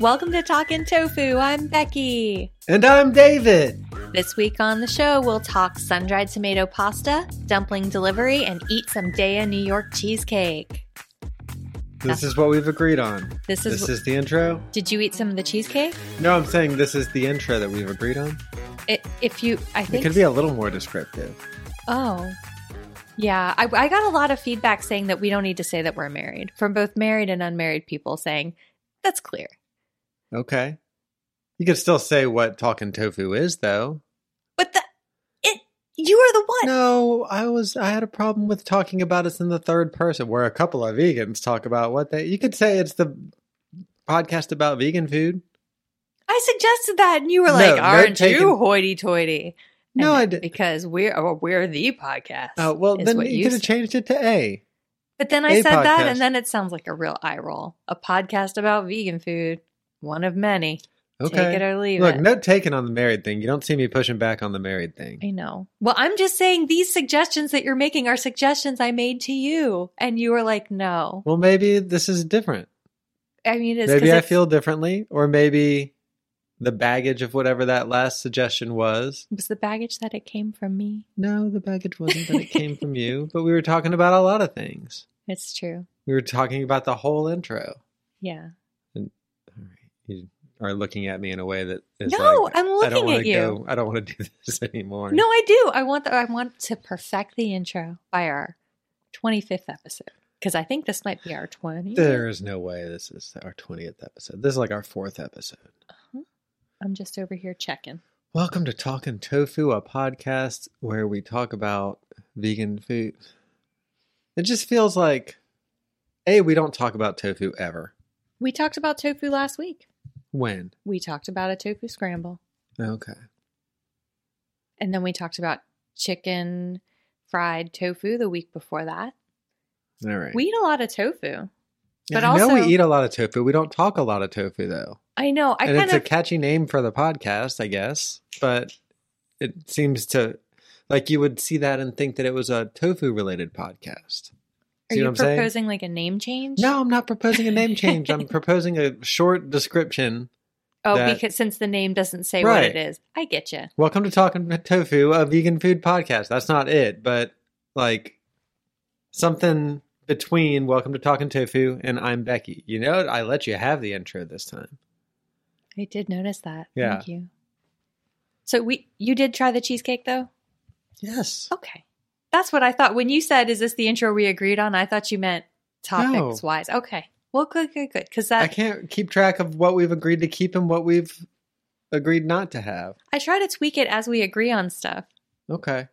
Welcome to Talkin' Tofu. I'm Becky. And I'm David. This week on the show, we'll talk sun dried tomato pasta, dumpling delivery, and eat some Daya New York cheesecake. This is what we've agreed on. This is- this is the intro. Did you eat some of the cheesecake? No, I'm saying this is the intro that we've agreed on. It, if you, I It think. could be a little more descriptive. oh. Yeah, I, I got a lot of feedback saying that we don't need to say that we're married from both married and unmarried people saying, that's clear. Okay. You could still say what talking tofu is, though. But the, it, you are the one. No, I was I had a problem with talking about us in the third person, where a couple of vegans talk about what they. You could say it's the podcast about vegan food. I suggested that, and you were No, like, no "Aren't you taken. hoity-toity?" And No, I did- because we're oh, we're the podcast. Oh well, is then what you, could have said. changed it to a. But then I a said that, and podcast. then it sounds like a real eye roll. A podcast about vegan food, one of many. Okay. Take it or leave Look, it. note taken on the married thing. You don't see me pushing back on the married thing. I know. Well, I'm just saying these suggestions that you're making are suggestions I made to you, and you were like, "No." Well, maybe this is different. I mean, it's 'cause maybe I it's- feel differently, or maybe the baggage of whatever that last suggestion was. it was the baggage that it came from me. No, the baggage wasn't that it came from you, but we were talking about a lot of things. It's true. We were talking about the whole intro. Yeah. All right. You are looking at me in a way that is No, like, I'm I don't looking wanna at you. Go, I don't want to do this anymore. No, I do. I want the, I want to perfect the intro by our 25th episode because I think this might be our 20th. there is no way this is our twentieth episode. This is like our fourth episode. I'm just over here checking. Welcome to Talking Tofu, a podcast where we talk about vegan food. It just feels like, A, we don't talk about tofu ever. We talked about tofu last week. When? We talked about a tofu scramble, Okay. and then we talked about chicken fried tofu the week before that. All right. We eat a lot of tofu. but I know also- we eat a lot of tofu. We don't talk a lot of tofu, though. I know. I and kind it's of a catchy name for the podcast, I guess. But it seems to, like, you would see that and think that it was a tofu related podcast. are See you what I'm saying? proposing like a name change? No, I'm not proposing a name change. I'm proposing a short description Oh, that- because since the name doesn't say what Right. it is, I get you. Welcome to Talking Tofu, a vegan food podcast. That's not it, but like something between Welcome to Talking Tofu and I'm Becky. You know, I let you have the intro this time. I did notice that. Yeah. Thank you. So we you did try the cheesecake though? Yes. Okay. That's what I thought. When you said, is this the intro we agreed on? I thought you meant topics wise. Okay. Well, good, good, good. Because that I I, can't keep track of what we've agreed to keep and what we've agreed not to have. try to tweak it as we agree on stuff. Okay.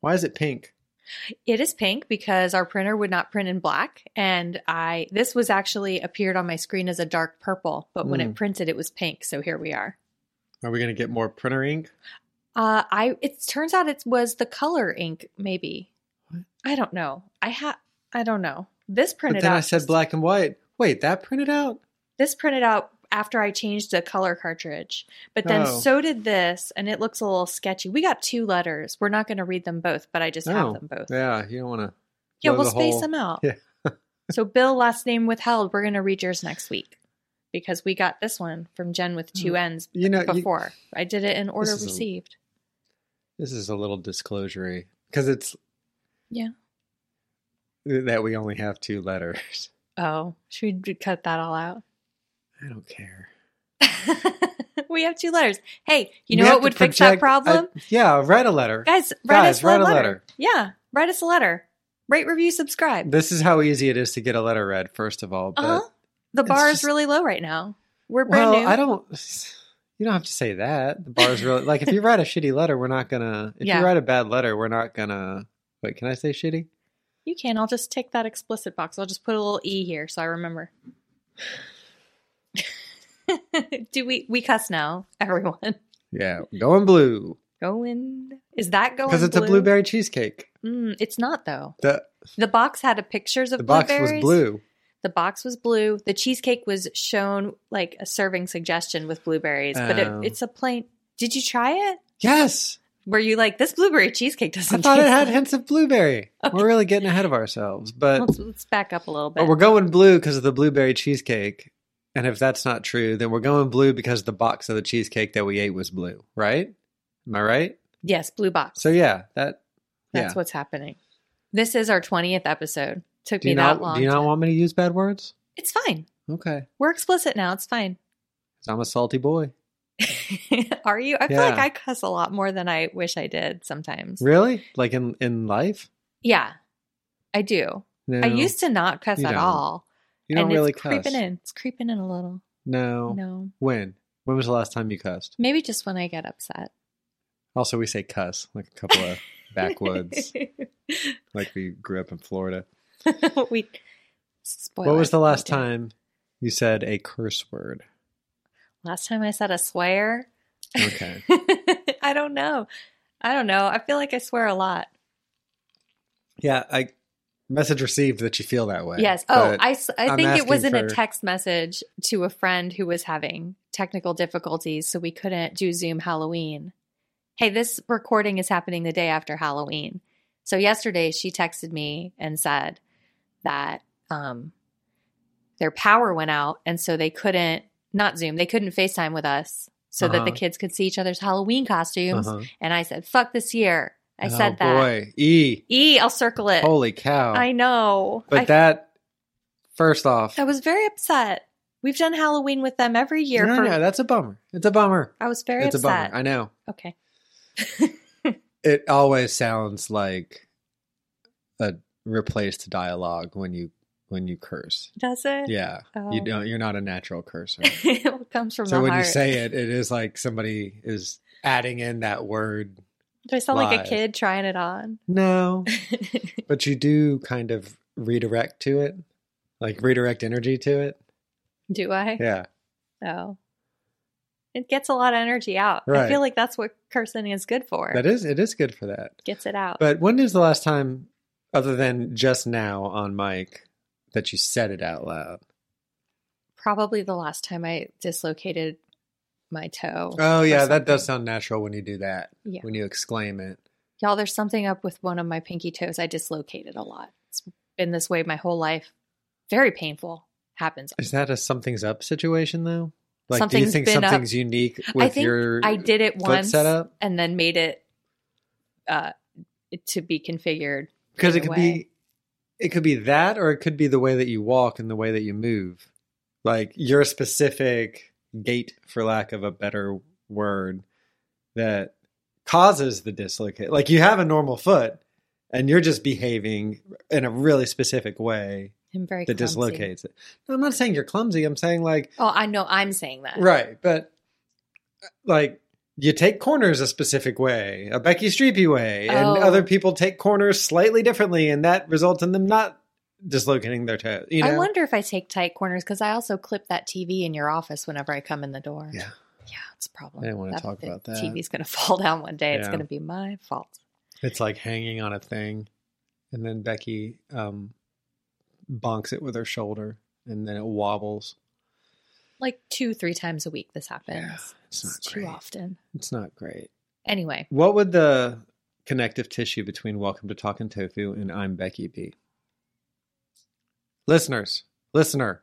Why is it pink? It is pink because our printer would not print in black. And I, this was actually appeared on my screen as a dark purple, but when it Mm. printed, it was pink. So here we are. Are we going to get more printer ink? Uh, I, it turns out it was the color ink, maybe. What? I don't know. I ha I don't know. This But printed then out. I said black and white. Wait, that printed out? this printed out after I changed the color cartridge, but then Oh. so did this, and it looks a little sketchy. We got two letters. We're not going to read them both, but I just Oh, have them both. Yeah, Yeah, you don't want to. we'll space them out. Yeah. so Bill, last name withheld. We're going to read yours next week because we got this one from Jen with two ends Mm. You know, you- before. I did it in order is a- received. This is a little disclosury because it's Yeah. that we only have two letters. Oh, should we cut that all out? I don't care. we have two letters. Hey, you We know have what to would fix that project- problem? I- yeah, write a letter. guys, write guys, us a write a letter. letter. Yeah, write us a letter. Rate, review, subscribe. This is how easy it is to get a letter read. First of all, but uh huh. The bar just- is really low right now. We're brand well, new. I don't. You don't have to say that. The bar's really like if you write a shitty letter, we're not gonna. If Yeah. you write a bad letter, we're not gonna. Wait, can I say shitty? you can. I'll just tick that explicit box. I'll just put a little e here so I remember. Do we we cuss now, everyone? Yeah, going blue Going is that going? because it's a blue? blueberry cheesecake. Mm, it's not though. The The box had pictures of the box was blueberries. blue. The box was blue. The cheesecake was shown like a serving suggestion with blueberries, but it, Oh. it's a plain. Did you try it? Yes, Were you like this blueberry cheesecake doesn't? I thought it taste had like-" hints of blueberry. Okay. We're really getting ahead of ourselves, but Let's, let's back up a little bit. but Oh, we're going blue because of the blueberry cheesecake. And if that's not true, then we're going blue because the box of the cheesecake that we ate was blue, right? Am I right? yes, blue box. So yeah, that That's yeah. what's happening. This is our twentieth episode. Took do me you not that long. do you to- not want me to use bad words? it's fine. Okay. We're explicit now. It's fine. 'Cause I'm a salty boy. Are you? I feel like Yeah. I cuss a lot more than I wish I did sometimes. Really? Like in in life? Yeah, I do. No. I used to not cuss You at don't. all. You don't and really it's cuss. creeping in. It's creeping in a little. No. No. When? When was the last time you cussed? Maybe just when I get upset. Also, we say cuss like a couple of backwoods, like we grew up in Florida. we spoil. what was the last everything. time you said a curse word? Last time I said a swear. Okay. I don't know. I don't know. I feel like I swear a lot. yeah, I message received that you feel that way. yes. Oh, but I, s- I I'm think it asking was in a for- text message to a friend who was having technical difficulties, so we couldn't do Zoom Halloween. Hey, this recording is happening the day after Halloween. So yesterday she texted me and said that um, their power went out, and so they couldn't, not Zoom, they couldn't FaceTime with us so that the Uh-huh. kids could see each other's Halloween costumes. uh-huh. And I said, fuck this year. I Oh, said that. Boy, e E, I'll circle it. holy cow! I know. But I that first off, I was very upset. We've done Halloween with them every year. no, for, no, that's a bummer. It's a bummer. I was very it's a upset. bummer. I know. okay. it always sounds like a replaced dialogue when you when you curse. Does it? Yeah, you Oh. don't. You're not a natural cursor. it comes from so the when heart. you say it, it is like somebody is adding in that word. Do I sound like live. a kid trying it on? No, but you do kind of redirect to it, like redirect energy to it. Do I? Yeah, Oh. It gets a lot of energy out. I Right. feel like that's what cursing is good for. that is it is good for that. gets it out. But when is the last time, other than just now on mic, that you said it out loud? Probably the last time I dislocated my toe. Oh yeah, that something. does sound natural when you do that. Yeah. When you exclaim it. Y'all, there's something up with one of my pinky toes. I dislocated a lot. It's been this way my whole life. Very painful. Happens Is that a something's up situation though? Like do you Something's think been up. something's unique with I think your I did it foot once setup? and then made it uh to be configured. Because it in a way. could be it could be that or it could be the way that you walk and the way that you move. Like your specific gait for lack of a better word that causes the dislocate. Like you have a normal foot and you're just behaving in a really specific way I'm very that clumsy. dislocates it. No, I'm not saying you're clumsy. I'm saying like Oh, I know I'm saying that. right, but like you take corners a specific way, a Becky Streepy way, and Oh. other people take corners slightly differently, and that results in them not dislocating their toes. You know, I wonder if I take tight corners because I also clip that TV in your office whenever I come in the door. Yeah. Yeah, it's a problem. I didn't wanna talk the about that. TV's going to fall down one day. It's Yeah. going to be my fault. it's like hanging on a thing, and then Becky um, bonks it with her shoulder, and then it wobbles. Like two, three times a week, this happens. it's not It's too great. often. It's not great. Anyway, What would the connective tissue between Welcome to Talking Tofu and I'm Becky be? Listeners, listener,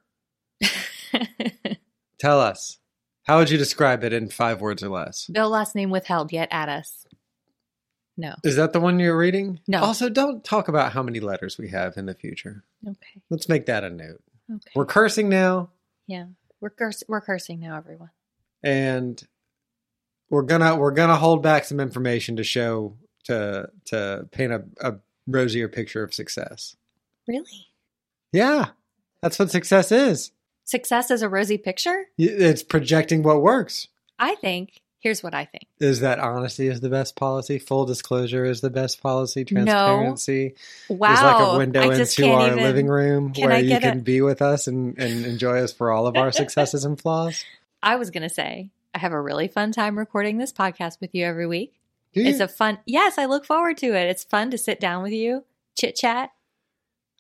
tell us. How would you describe it in five words or less? no last name withheld yet at us. No. Is that the one you're reading? No. Also, don't talk about how many letters we have in the future. Okay. Let's make that a note. Okay. We're cursing now, yeah. We're curs- we're cursing now, everyone. and we're gonna we're gonna hold back some information to show to to paint a, a rosier picture of success. Really? Yeah, that's what success is. Success is a rosy picture? Y- It's projecting what works. I think. Here's what I think. Is that honesty is the best policy? Full disclosure is the best policy. No. Transparency Wow. is like a window I just into can't our even- living room Can where I you get a- can be with us and, and enjoy us for all of our successes and flaws. I was going to say, I have a really fun time recording this podcast with you every week. Do you? It's a fun, yes, I look forward to it. It's fun to sit down with you, chit chat,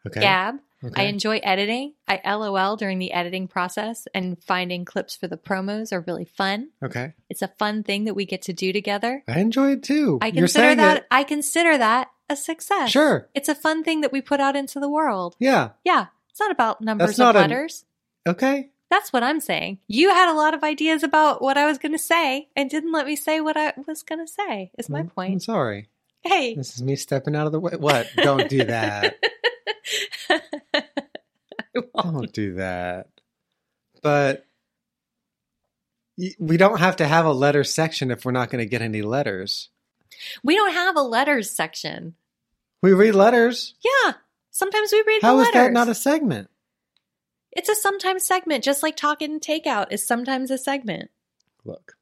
okay. gab. okay. I enjoy editing. I LOL during the editing process, and finding clips for the promos are really fun. okay. It's a fun thing that we get to do together. I enjoy it too. I You're consider saying that it. I consider that a success. Sure. It's a fun thing that we put out into the world. Yeah. Yeah. It's not about numbers That's not of an- letters. Okay. That's what I'm saying. You had a lot of ideas about what I was going to say and didn't let me say what I was going to say. Is my Mm, I'm point. sorry. Hey. This is me stepping out of the way. What? Don't do that. I won't. don't do that. But y- we don't have to have a letter section if we're not going to get any letters. We don't have a letters section. We read letters. Yeah. Sometimes we read How the is letters. that not a segment? It's a sometimes segment, just like talking and takeout is sometimes a segment. Look,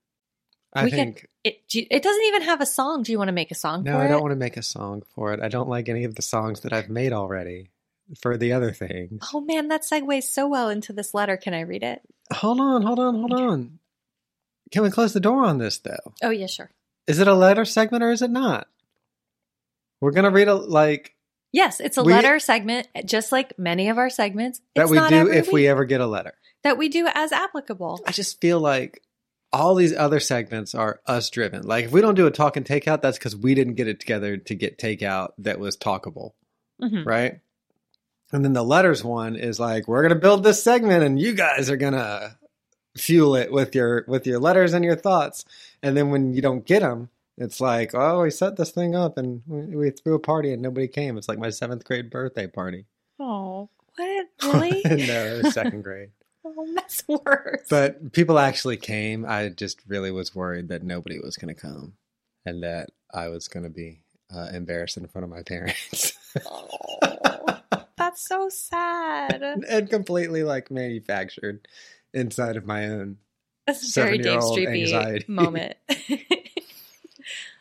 I We can- think It do you- it doesn't even have a song. Do you want to make a song no, for I it? don't want to make a song for it. I don't like any of the songs that I've made already for the other things. Oh man, that segues so well into this letter. Can I read it? Hold on, hold on, hold on. Can we close the door on this though? Oh yeah, sure. Is it a letter segment or is it not? We're gonna read a like Yes, it's a We- letter segment, just like many of our segments. that it's we not do every if we week ever get a letter. that we do as applicable. I just feel like all these other segments are us driven. Like if we don't do a talk and takeout, that's because we didn't get it together to get takeout that was talkable, Mhm. right? And then the letters one is like we're gonna build this segment, and you guys are gonna fuel it with your with your letters and your thoughts. And then when you don't get them, it's like oh, we set this thing up and we, we threw a party and nobody came. It's like my seventh grade birthday party. Oh, what really? no, it was second grade. oh, that's worse. But people actually came. I just really was worried that nobody was going to come and that I was going to be uh, embarrassed in front of my parents. Oh, that's so sad. and completely like manufactured inside of my own. That's a very Dave Seven-year-old Streepy anxiety. moment.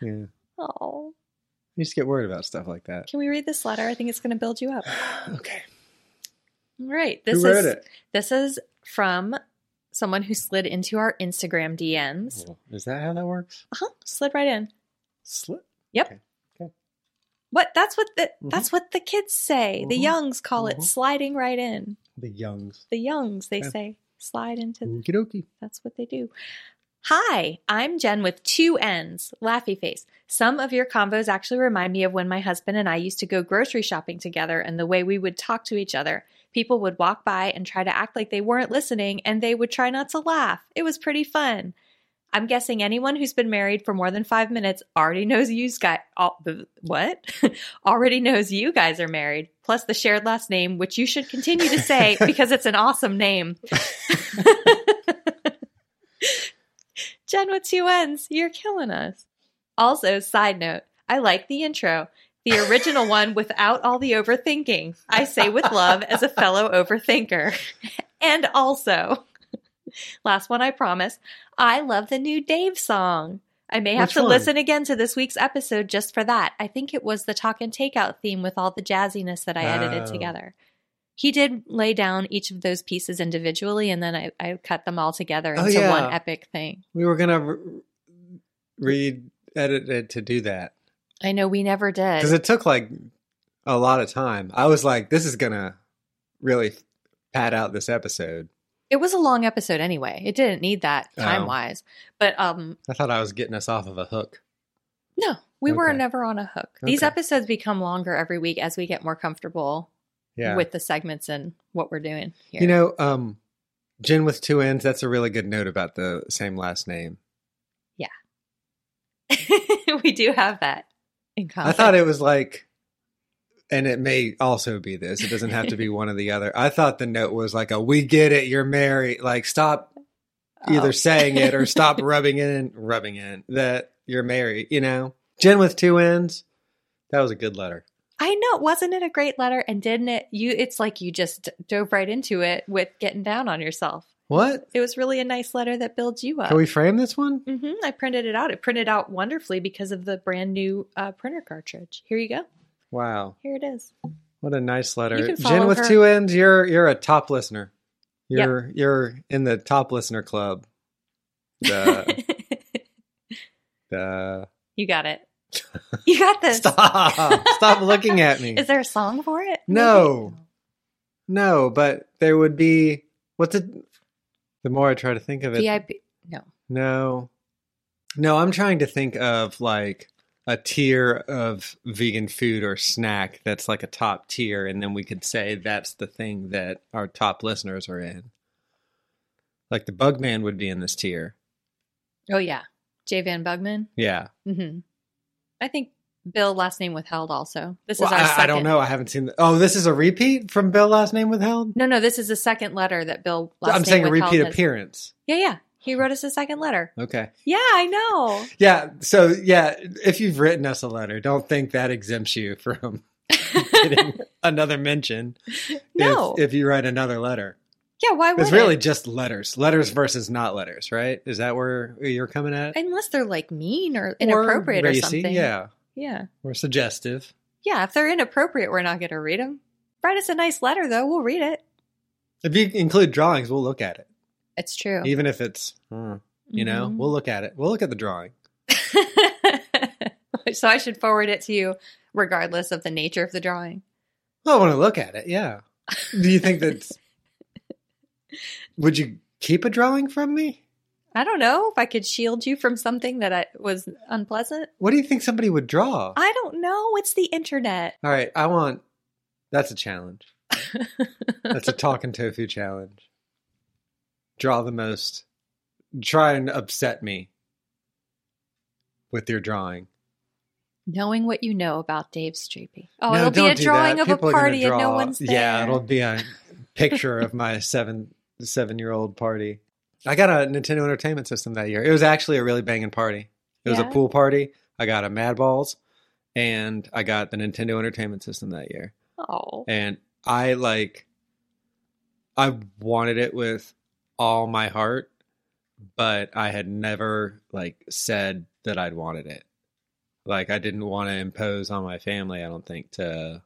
Yeah. oh, You just get worried about stuff like that. can we read this letter? I think it's going to build you up. okay. All right. This Who wrote is it? this is from someone who slid into our Instagram DMs. Is that how that works? Uh-huh, slid right in. Slip. What? That's what the Mhm. that's what the kids say. The Mhm. youngs call it Mhm. sliding right in. The Youngs. The youngs they Yeah. say slide into. th- Okie dokie. That's what they do. Hi, I'm Jen with two N's, laughy face. Some of your combos actually remind me of when my husband and I used to go grocery shopping together and the way we would talk to each other. People would walk by and try to act like they weren't listening and they would try not to laugh. It was pretty fun. I'm guessing anyone who's been married for more than five minutes already knows you guys. What? already knows you guys are married. Plus the shared last name, which you should continue to say because it's an awesome name. Jen with two N's, you're killing us. Also, side note, I like the intro, the original one without all the overthinking. I say with love as a fellow overthinker. And also, last one I promise, I love the new Dave song. I may have Which to one? listen again to this week's episode just for that. I think it was the talk and takeout theme with all the jazziness that I edited Oh. together. He did lay down each of those pieces individually, and then I, I cut them all together Oh, into one yeah. epic thing. We were going to re- read, edit it to do that. I know we never did. because it took like a lot of time. I was like, this is gonna really pad out this episode. it was a long episode anyway. It didn't need that Oh. time wise. But um I thought I was getting us off of a hook. no, we were Okay. never on a hook. These Okay. episodes become longer every week as we get more comfortable Yeah, with the segments and what we're doing here. you know, um, Jen with two ends. That's a really good note about the same last name. we do have that in I conflict. thought it was like, and it may also be this. It doesn't have to be one or the other. I thought the note was like a "We get it, you're married." Like stop either Oh. saying it or stop rubbing in, rubbing in that you're married. You know, Jen with two N's. That was a good letter. I know, wasn't it a great letter? And didn't it? You, it's like you just d- dove right into it with getting down on yourself. What? It was really a nice letter that builds you up. Can we frame this one? hmm I printed it out. It printed out wonderfully because of the brand new uh, printer cartridge. Here you go. Wow, Here it is. what a nice You letter, can Jen follow with her- two N's. You're you're a top listener. Yep. You're you're in the top listener club. Duh, duh. you got it. You got this. Stop! Stop looking at me. Is there a song for it? No. No, but there would be what's it? The more I try to think of it, Maybe. VIP. No. no, no, I'm trying to think of like a tier of vegan food or snack that's like a top tier, and then we could say that's the thing that our top listeners are in. Like the Bugman would be in this tier, Oh yeah, J Van Bugman. yeah. hmm I think Bill last name withheld. Also, this Well, is our. I, second. I don't know. I haven't seen. The, oh, this is a repeat from Bill last name withheld. No, no, this is the second letter that Bill. Last I'm name saying a withheld repeat has- appearance. Yeah, yeah. He wrote us a second letter. Okay. Yeah, I know. Yeah. So yeah, if you've written us a letter, don't think that exempts you from getting another mention. No. If, if you write another letter, yeah, why would it's really it? just letters. Letters versus not letters, right? Is that where you're coming at? unless they're like mean or inappropriate or, racy, something. Yeah. yeah, Or suggestive. yeah. If they're inappropriate, we're not going to read them. Write us a nice letter though. We'll read it. If you include drawings, we'll look at it. It's true. Even if it's, hmm, you know, Mm-hmm. we'll look at it. We'll look at the drawing. Mhm. so I should forward it to you, regardless of the nature of the drawing. I want to look at it. Yeah. Do you think that's? would you keep a drawing from me? I don't know if I could shield you from something that I, was unpleasant. What do you think somebody would draw? I don't know. It's the internet. All right, I want. That's a challenge. That's a talking tofu challenge. Draw the most. Try and upset me with your drawing. Knowing what you know about Dave Streepy. Oh, No, it'll be don't a do drawing that. of a People are gonna party and no draw- one's there. Yeah, it'll be a picture of my seven seven year old party. I got a Nintendo Entertainment System that year. It was actually a really banging party. It was Yeah? a pool party. I got a Mad Balls, and I got the Nintendo Entertainment System that year. Oh, and I like I wanted it with all my heart, but I had never like said that I'd wanted it. Like I didn't want to impose on my family, I don't think to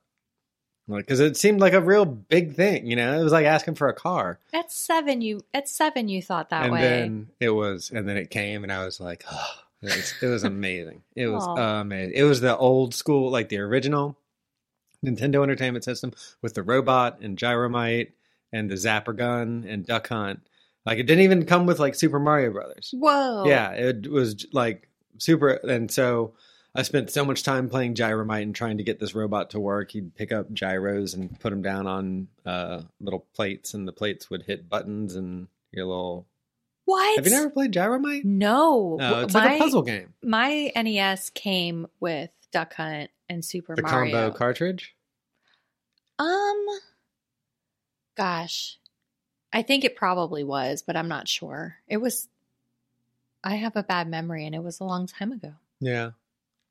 like cuz it seemed like a real big thing, you know. It was like asking for a car. at seven you at seven you thought that and way. then it was and then it came and I was like, it was, it was amazing. It was Aw. amazing. It was the old school like the original Nintendo Entertainment System with the robot and Gyromite and the Zapper gun and Duck Hunt. Like it didn't even come with like Super Mario Brothers. Whoa. Yeah, it was like super. And so I spent so much time playing Gyromite and trying to get this robot to work. He'd pick up gyros and put them down on uh, little plates, and the plates would hit buttons and your little. What? Have you never played Gyromite? No. No, it's my, like a puzzle game. My NES came with Duck Hunt and Super The Mario. combo cartridge. Um, gosh, I think it probably was, but I'm not sure. It was. I have a bad memory, and it was a long time ago. Yeah,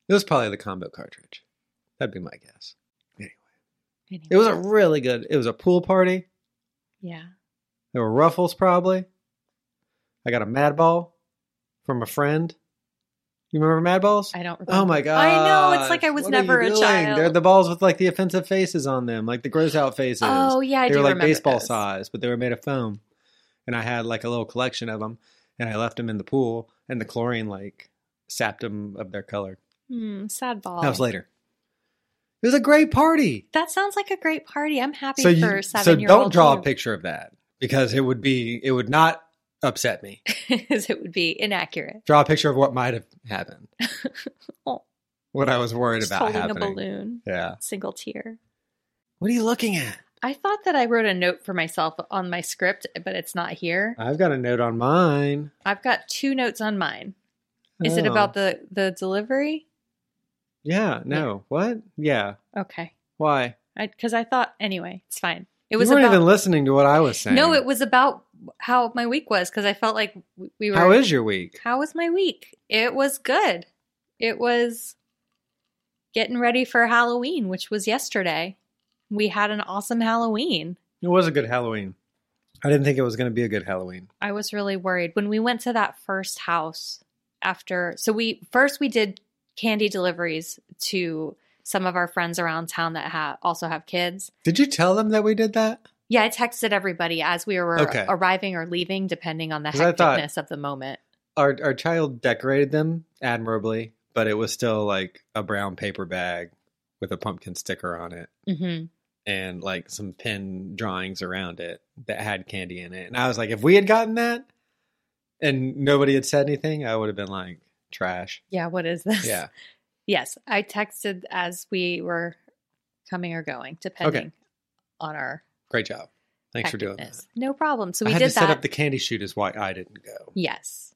it was probably the combo cartridge. That'd be my guess. Anyway, It was a really good. It was a pool party. yeah. There were ruffles, probably. I got a Mad Ball from a friend. You remember Mad Balls? I don't. Remember. Oh my god! I know. It's like I was never a child. They're the balls with like the offensive faces on them, like the gross out faces. oh yeah, I they do were like remember baseball those. size, but they were made of foam. And I had like a little collection of them, and I left them in the pool, and the chlorine like sapped them of their color. Hmm, sad ball. That was later. It was a great party. That sounds like a great party. I'm happy So for you, so seven year old. don't draw a picture of that because it would be it would not upset me. because it would be inaccurate. Draw a picture of what might have happened. Oh. What I was worried Just about holding happening. a balloon, Yeah. single tear. What are you looking at? I thought that I wrote a note for myself on my script, but it's not here. I've got a note on mine. Oh. I've got two notes on mine. Is it about the the delivery? Yeah. No. What? Yeah. Okay. Why? Because I, thought, anyway, it's fine. It It was you weren't about, even listening to what I was saying. No, it was about how my week was because I felt like w- we were. How is your week? How was my week? It was good. It was getting ready for Halloween, which was yesterday. We had an awesome Halloween. It was a good Halloween. I didn't think it was going to be a good Halloween. I was really worried when we went to that first house after. So we first we did candy deliveries to some of our friends around town that ha- also have kids. Did you tell them that we did that? Yeah, I texted everybody as we were Okay. arriving or leaving, depending on the 'Cause I thought- hecticness of the moment. Our our child decorated them admirably, but it was still like a brown paper bag with a pumpkin sticker on it hmm and like some pen drawings around it that had candy in it. And I was like, if we had gotten that and nobody had said anything, I would have been like trash. Yeah, what is this? Yeah. Yes, I texted as we were coming or going, depending on our. Great job. Thanks for doing that. hecticness. No problem. So we I had did to that. set up the candy shoot is why I didn't go. yes,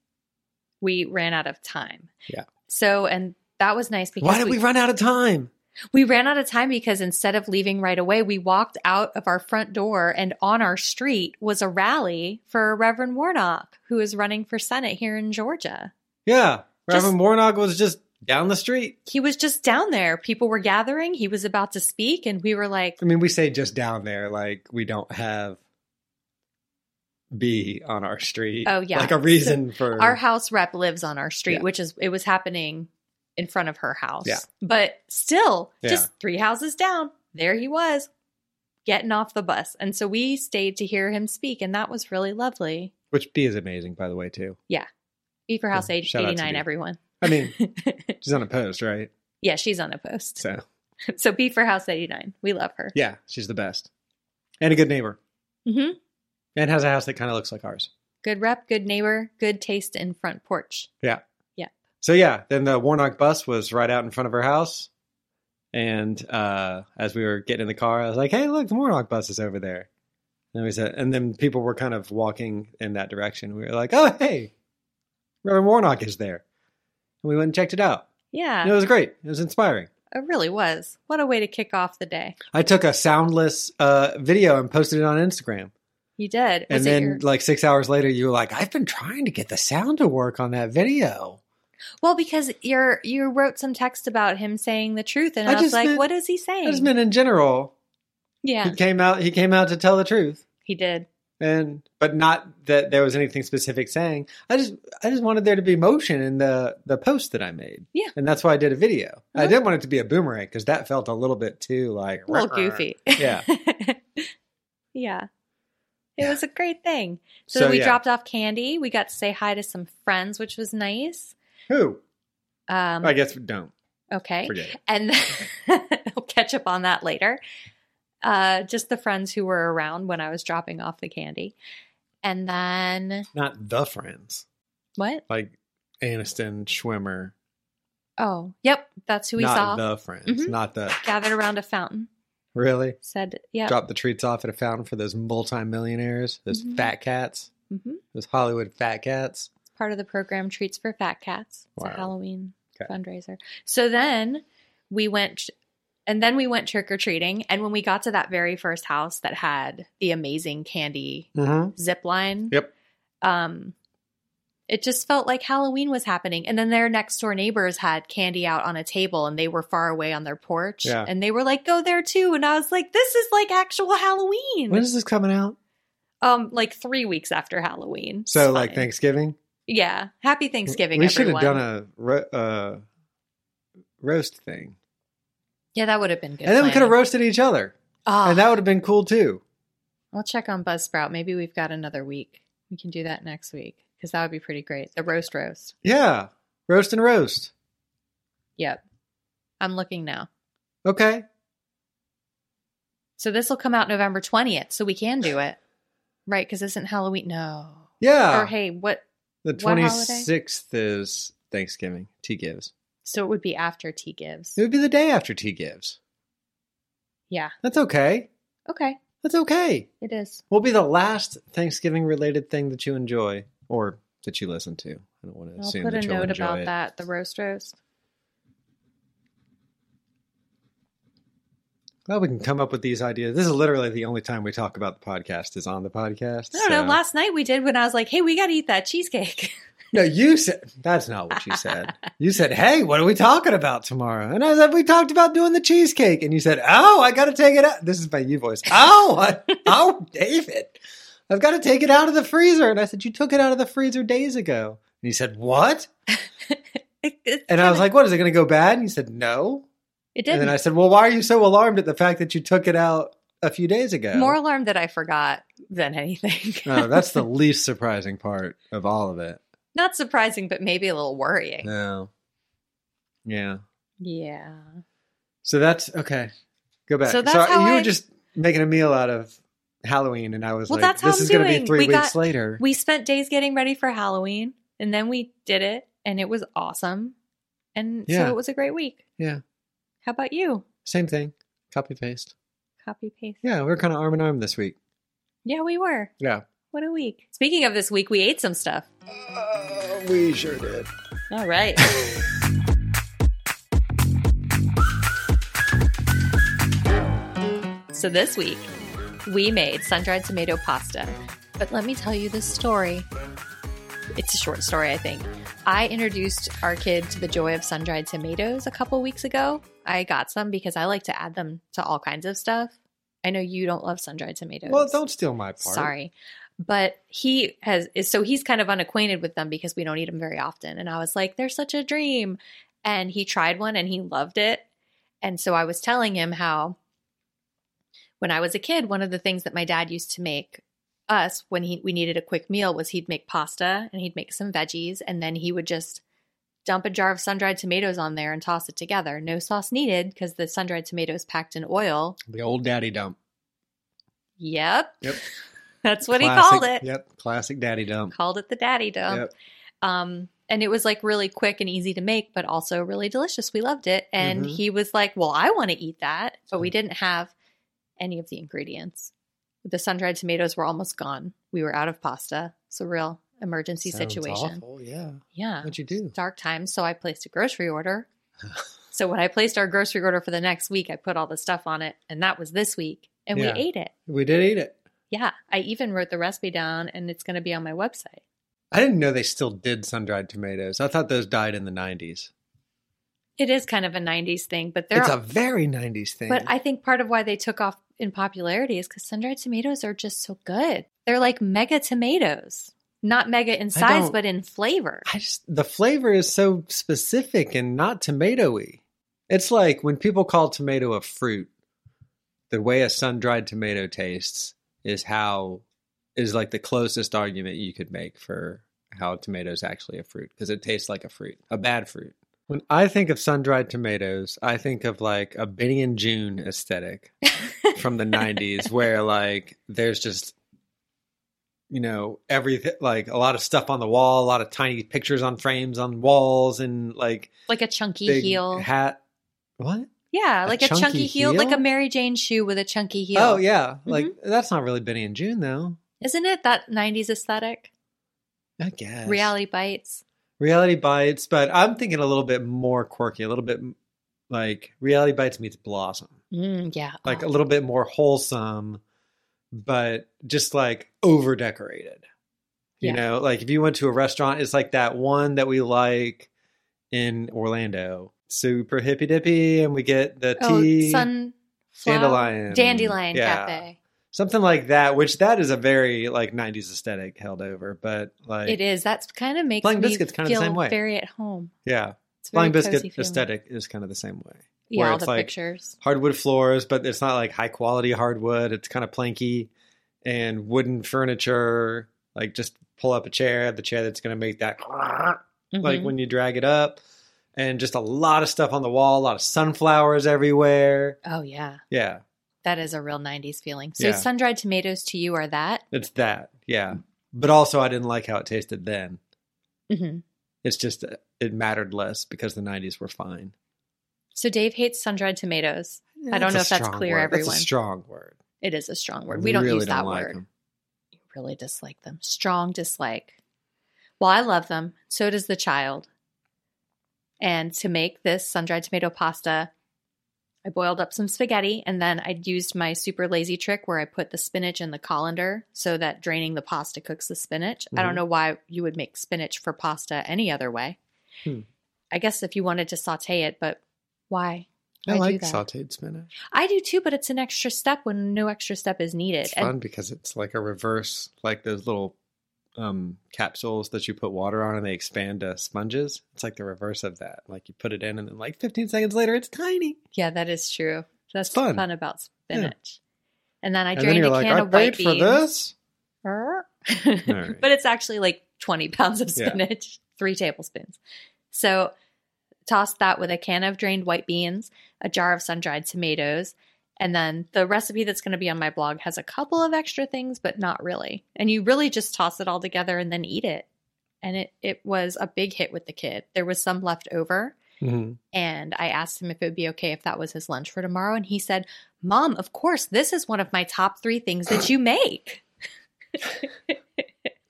we ran out of time. Yeah. So and that was nice because Why did we, we run out of time? we ran out of time because instead of leaving right away, we walked out of our front door and on our street was a rally for Reverend Warnock, who is running for Senate here in Georgia. Yeah. Just- Reverend Warnock was just down the street. He was just down there. People were gathering. He was about to speak, and we were like, I mean, we say just down there, like we don't have B on our street. Oh, yeah. Like a reason for our house rep lives on our street, Yeah. which is it was happening in front of her house. Yeah. But still, Yeah. just three houses down, there he was getting off the bus. And so we stayed to hear him speak, and that was really lovely. which B is amazing, by the way, too. Be for House Yeah, eight- shout out to 89, Bea. everyone. I mean, she's unopposed, right? yeah, she's on a post. So, So be for House 89. We love her. yeah, she's the best. And a good neighbor. hmm And has a house that kind of looks like ours. Good rep, good neighbor, good taste in front porch. Yeah. Yeah. So yeah, then the Warnock bus was right out in front of her house. And uh, as we were getting in the car, I was like, "Hey, look, the Warnock bus is over there." And we said, and then people were kind of walking in that direction. We were like, "Oh, hey, Reverend Warnock is there." And we went and checked it out. Yeah, And it was great. It was inspiring. it really was. What a way to kick off the day. I took a soundless uh, video and posted it on Instagram. You did. Was and it then, your- like six hours later, you were like, "I've been trying to get the sound to work on that video." Well, because you're you wrote some text about him saying the truth, and I I, was just like, meant- "What is he saying?" I just meant in general. yeah, He came out. He came out to tell the truth, he did. and but not that there was anything specific saying. I just I just wanted there to be motion in the the post that I made. Yeah. and that's why I did a video. I Uh-huh. didn't want it to be a boomerang because that felt a little bit too like A little "Rah-rah." goofy. Yeah. yeah. It Yeah. was a great thing. So, So, we yeah. dropped off candy. We got to say hi to some friends, which was nice. Who? Um, I guess we don't okay. forget. it. and I'll catch up on that later. Uh, just the friends who were around when I was dropping off the candy. And then Not the friends what? like Aniston Schwimmer. Oh, yep. That's who we not saw. the friends. Mhm. Not the Gathered around a fountain. really. Said, yeah. Drop the treats off at a fountain for those multimillionaires, those Mhm. fat cats, hmm those Hollywood fat cats. part of the program treats for fat cats it's Wow. a halloween Okay. fundraiser so then we went and then we went trick-or-treating and when we got to that very first house that had the amazing candy Mm-hmm. zip line Yep. um it just felt like halloween was happening and then their next door neighbors had candy out on a table and they were far away on their porch Yeah. and they were like go there too and i was like this is like actual halloween When is this coming out? um like three weeks after halloween It's So like fine. Thanksgiving. yeah happy thanksgiving We everyone. should have done a ro- uh, roast thing, Yeah, that would have been good. and then we could have planning. roasted each other, Ah, and that would have been cool too. I'll check on Buzzsprout. Maybe we've got another week. We can do that next week because that would be pretty great. The roast roast. Yeah, roast and roast. Yep. I'm looking now. Okay, So this will come out November 20th, so we can do it. Right, because isn't Halloween? No. yeah. Or hey, what? the what twenty holiday? sixth is Thanksgiving. Tea gives. So it would be after Tea Gives. It would be the day after tea gives. Yeah. That's okay. Okay. That's okay. It is. What will be the last Thanksgiving related thing that you enjoy or that you listen to? I don't want to I'll assume put a that you'll note enjoy about it. that. The roast roast. Glad we can come up with these ideas. This is literally the only time we talk about the podcast is on the podcast. I don't know. so- Last night we did when I was like, "Hey, we got to eat that cheesecake." No, you said that's not what you said. you said, "Hey, what are we talking about tomorrow?" And I said, "We talked about doing the cheesecake." And you said, "Oh, I got to take it out." This is my you voice. Oh, I, oh, David, I've got to take it out of the freezer. And I said, "You took it out of the freezer days ago." And you said, "What?" It- it- And I was like, "What is it going to go bad?" And you said, "No." it And didn't. then I said, "Well, why are you so alarmed at the fact that you took it out a few days ago?" More alarmed that I forgot than anything. no, that's the least surprising part of all of it. Not surprising, but maybe a little worrying. No. Yeah. Yeah. So that's okay. Go back. So So, that's how you I- were just making a meal out of Halloween, and I was Well, like, that's how "This I'm is going to doing. be three We weeks got- later." We spent days getting ready for Halloween, and then we did it, and it was awesome. And Yeah. so it was a great week. Yeah, How about you? same thing. Copy paste. Copy paste. Yeah, we are kind of arm in arm this week. Yeah, we were. Yeah, What a week. Speaking of this week, we ate some stuff. Uh, we sure did. All right. so this week, we made sun dried tomato pasta. But let me tell you this story. It's a short story, I think. I introduced our kid to the joy of sun dried tomatoes a couple weeks ago. I got some because I like to add them to all kinds of stuff. I know you don't love sun dried tomatoes. Well, don't steal my part. Sorry. But he has is so he's kind of unacquainted with them because we don't eat them very often. And I was like, they're such a dream. And he tried one and he loved it. And so I was telling him how when I was a kid, one of the things that my dad used to make us when he we needed a quick meal was he'd make pasta and he'd make some veggies and then he would just dump a jar of sun-dried tomatoes on there and toss it together. No sauce needed because the sun-dried tomatoes packed in oil. The old daddy dump. Yep. Yep. That's what he Classic- called it. Yep, classic daddy dump. called it the daddy dump. Yep. Um, and it was like really quick and easy to make, but also really delicious. We loved it. And Mhm. he was like, Well, I want to eat that. But we didn't have any of the ingredients. The sun dried tomatoes were almost gone. We were out of pasta. It's a real emergency Sounds situation. awful, Yeah. Yeah. What'd you do? Dark times. So I placed a grocery order. so when I placed our grocery order for the next week, I put all the stuff on it. And that was this week. And Yeah. we ate it. We did eat it. Yeah. I even wrote the recipe down and it's going to be on my website. I didn't know they still did sun dried tomatoes. I thought those died in the nineties. It is kind of a 90s thing, but they're It's a very nineties thing. but I think part of why they took off in popularity is cuz sun-dried tomatoes are just so good. They're like mega tomatoes. Not mega in size don't- but in flavor. I just the flavor is so specific and not tomatoey. It's like when people call tomato a fruit, the way a sun-dried tomato tastes is how is like the closest argument you could make for how a tomato is actually a fruit because it tastes like a fruit, a bad fruit. When I think of sun-dried tomatoes, I think of like a Benny and June aesthetic from the 90s where like there's just you know everything like a lot of stuff on the wall a lot of tiny pictures on frames on walls and like like a chunky big heel. hat what yeah, a like a, chunky, chunky heel, like heel? a Mary Jane shoe with a chunky heel. Mm-hmm. oh yeah like that's not really benny and june though Isn't it that 90s aesthetic? i guess Reality bites. reality bites but i'm thinking a little bit more quirky a little bit like reality bites meets blossom Mm, yeah. like Oh. a little bit more wholesome, but just like over decorated. You Yeah. know, like if you went to a restaurant, it's like that one that we like in Orlando, super hippy dippy, and we get the oh, tea sun dandelion, dandelion Yeah. cafe. something like that. Which that is a very like '90s aesthetic held over, but like it is. That's kind of makes Flying me Biscuit's kind of the feel same way. very at home. yeah, It's very flying cozy biscuit feeling. aesthetic is kind of the same way. Yeah, where all it's the like- pictures. hardwood floors, but it's not like high quality hardwood. It's kind of planky and wooden furniture. Like just pull up a chair, the chair that's going to make that like Mhm. when you drag it up, and just a lot of stuff on the wall, a lot of sunflowers everywhere. oh yeah, Yeah, that is a real '90s feeling. So Yeah. sun-dried tomatoes to you are that. it's that. Yeah, but also I didn't like how it tasted then. Mm-hmm. It's just uh, it mattered less because the '90s were fine. So Dave hates sun-dried tomatoes. I don't know if That's a that's strong clear. word. Everyone, That's a strong word. it is a strong word. I We don't really use that like word. them. You really dislike them. Strong dislike. Well, I love them. So does the child. And to make this sun-dried tomato pasta, I boiled up some spaghetti and then I used my super lazy trick where I put the spinach in the colander so that draining the pasta cooks the spinach. I don't Mhm. know why you would make spinach for pasta any other way. Hmm. I guess if you wanted to saute it, but why? I, Why do like that? sauteed spinach. I do too, but it's an extra step when no extra step is needed. It's And- fun because it's like a reverse, like those little um, capsules that you put water on and they expand to sponges. It's like the reverse of that. Like you put it in and then like 15 seconds later, it's tiny. yeah, that is true. That's It's fun. fun. about spinach. And then I and drained a can I of white paid for beans. this. Err. right. but it's actually like 20 pounds of Yeah. spinach, three tablespoons. So toss that with a can of drained white beans, a jar of sun dried tomatoes. And then the recipe that's going to be on my blog has a couple of extra things, but not really. And you really just toss it all together and then eat it. And it, it was a big hit with the kid. There was some left over. Mhm. And I asked him if it would be okay if that was his lunch for tomorrow. And he said, Mom, of course, this is one of my top three things that you make.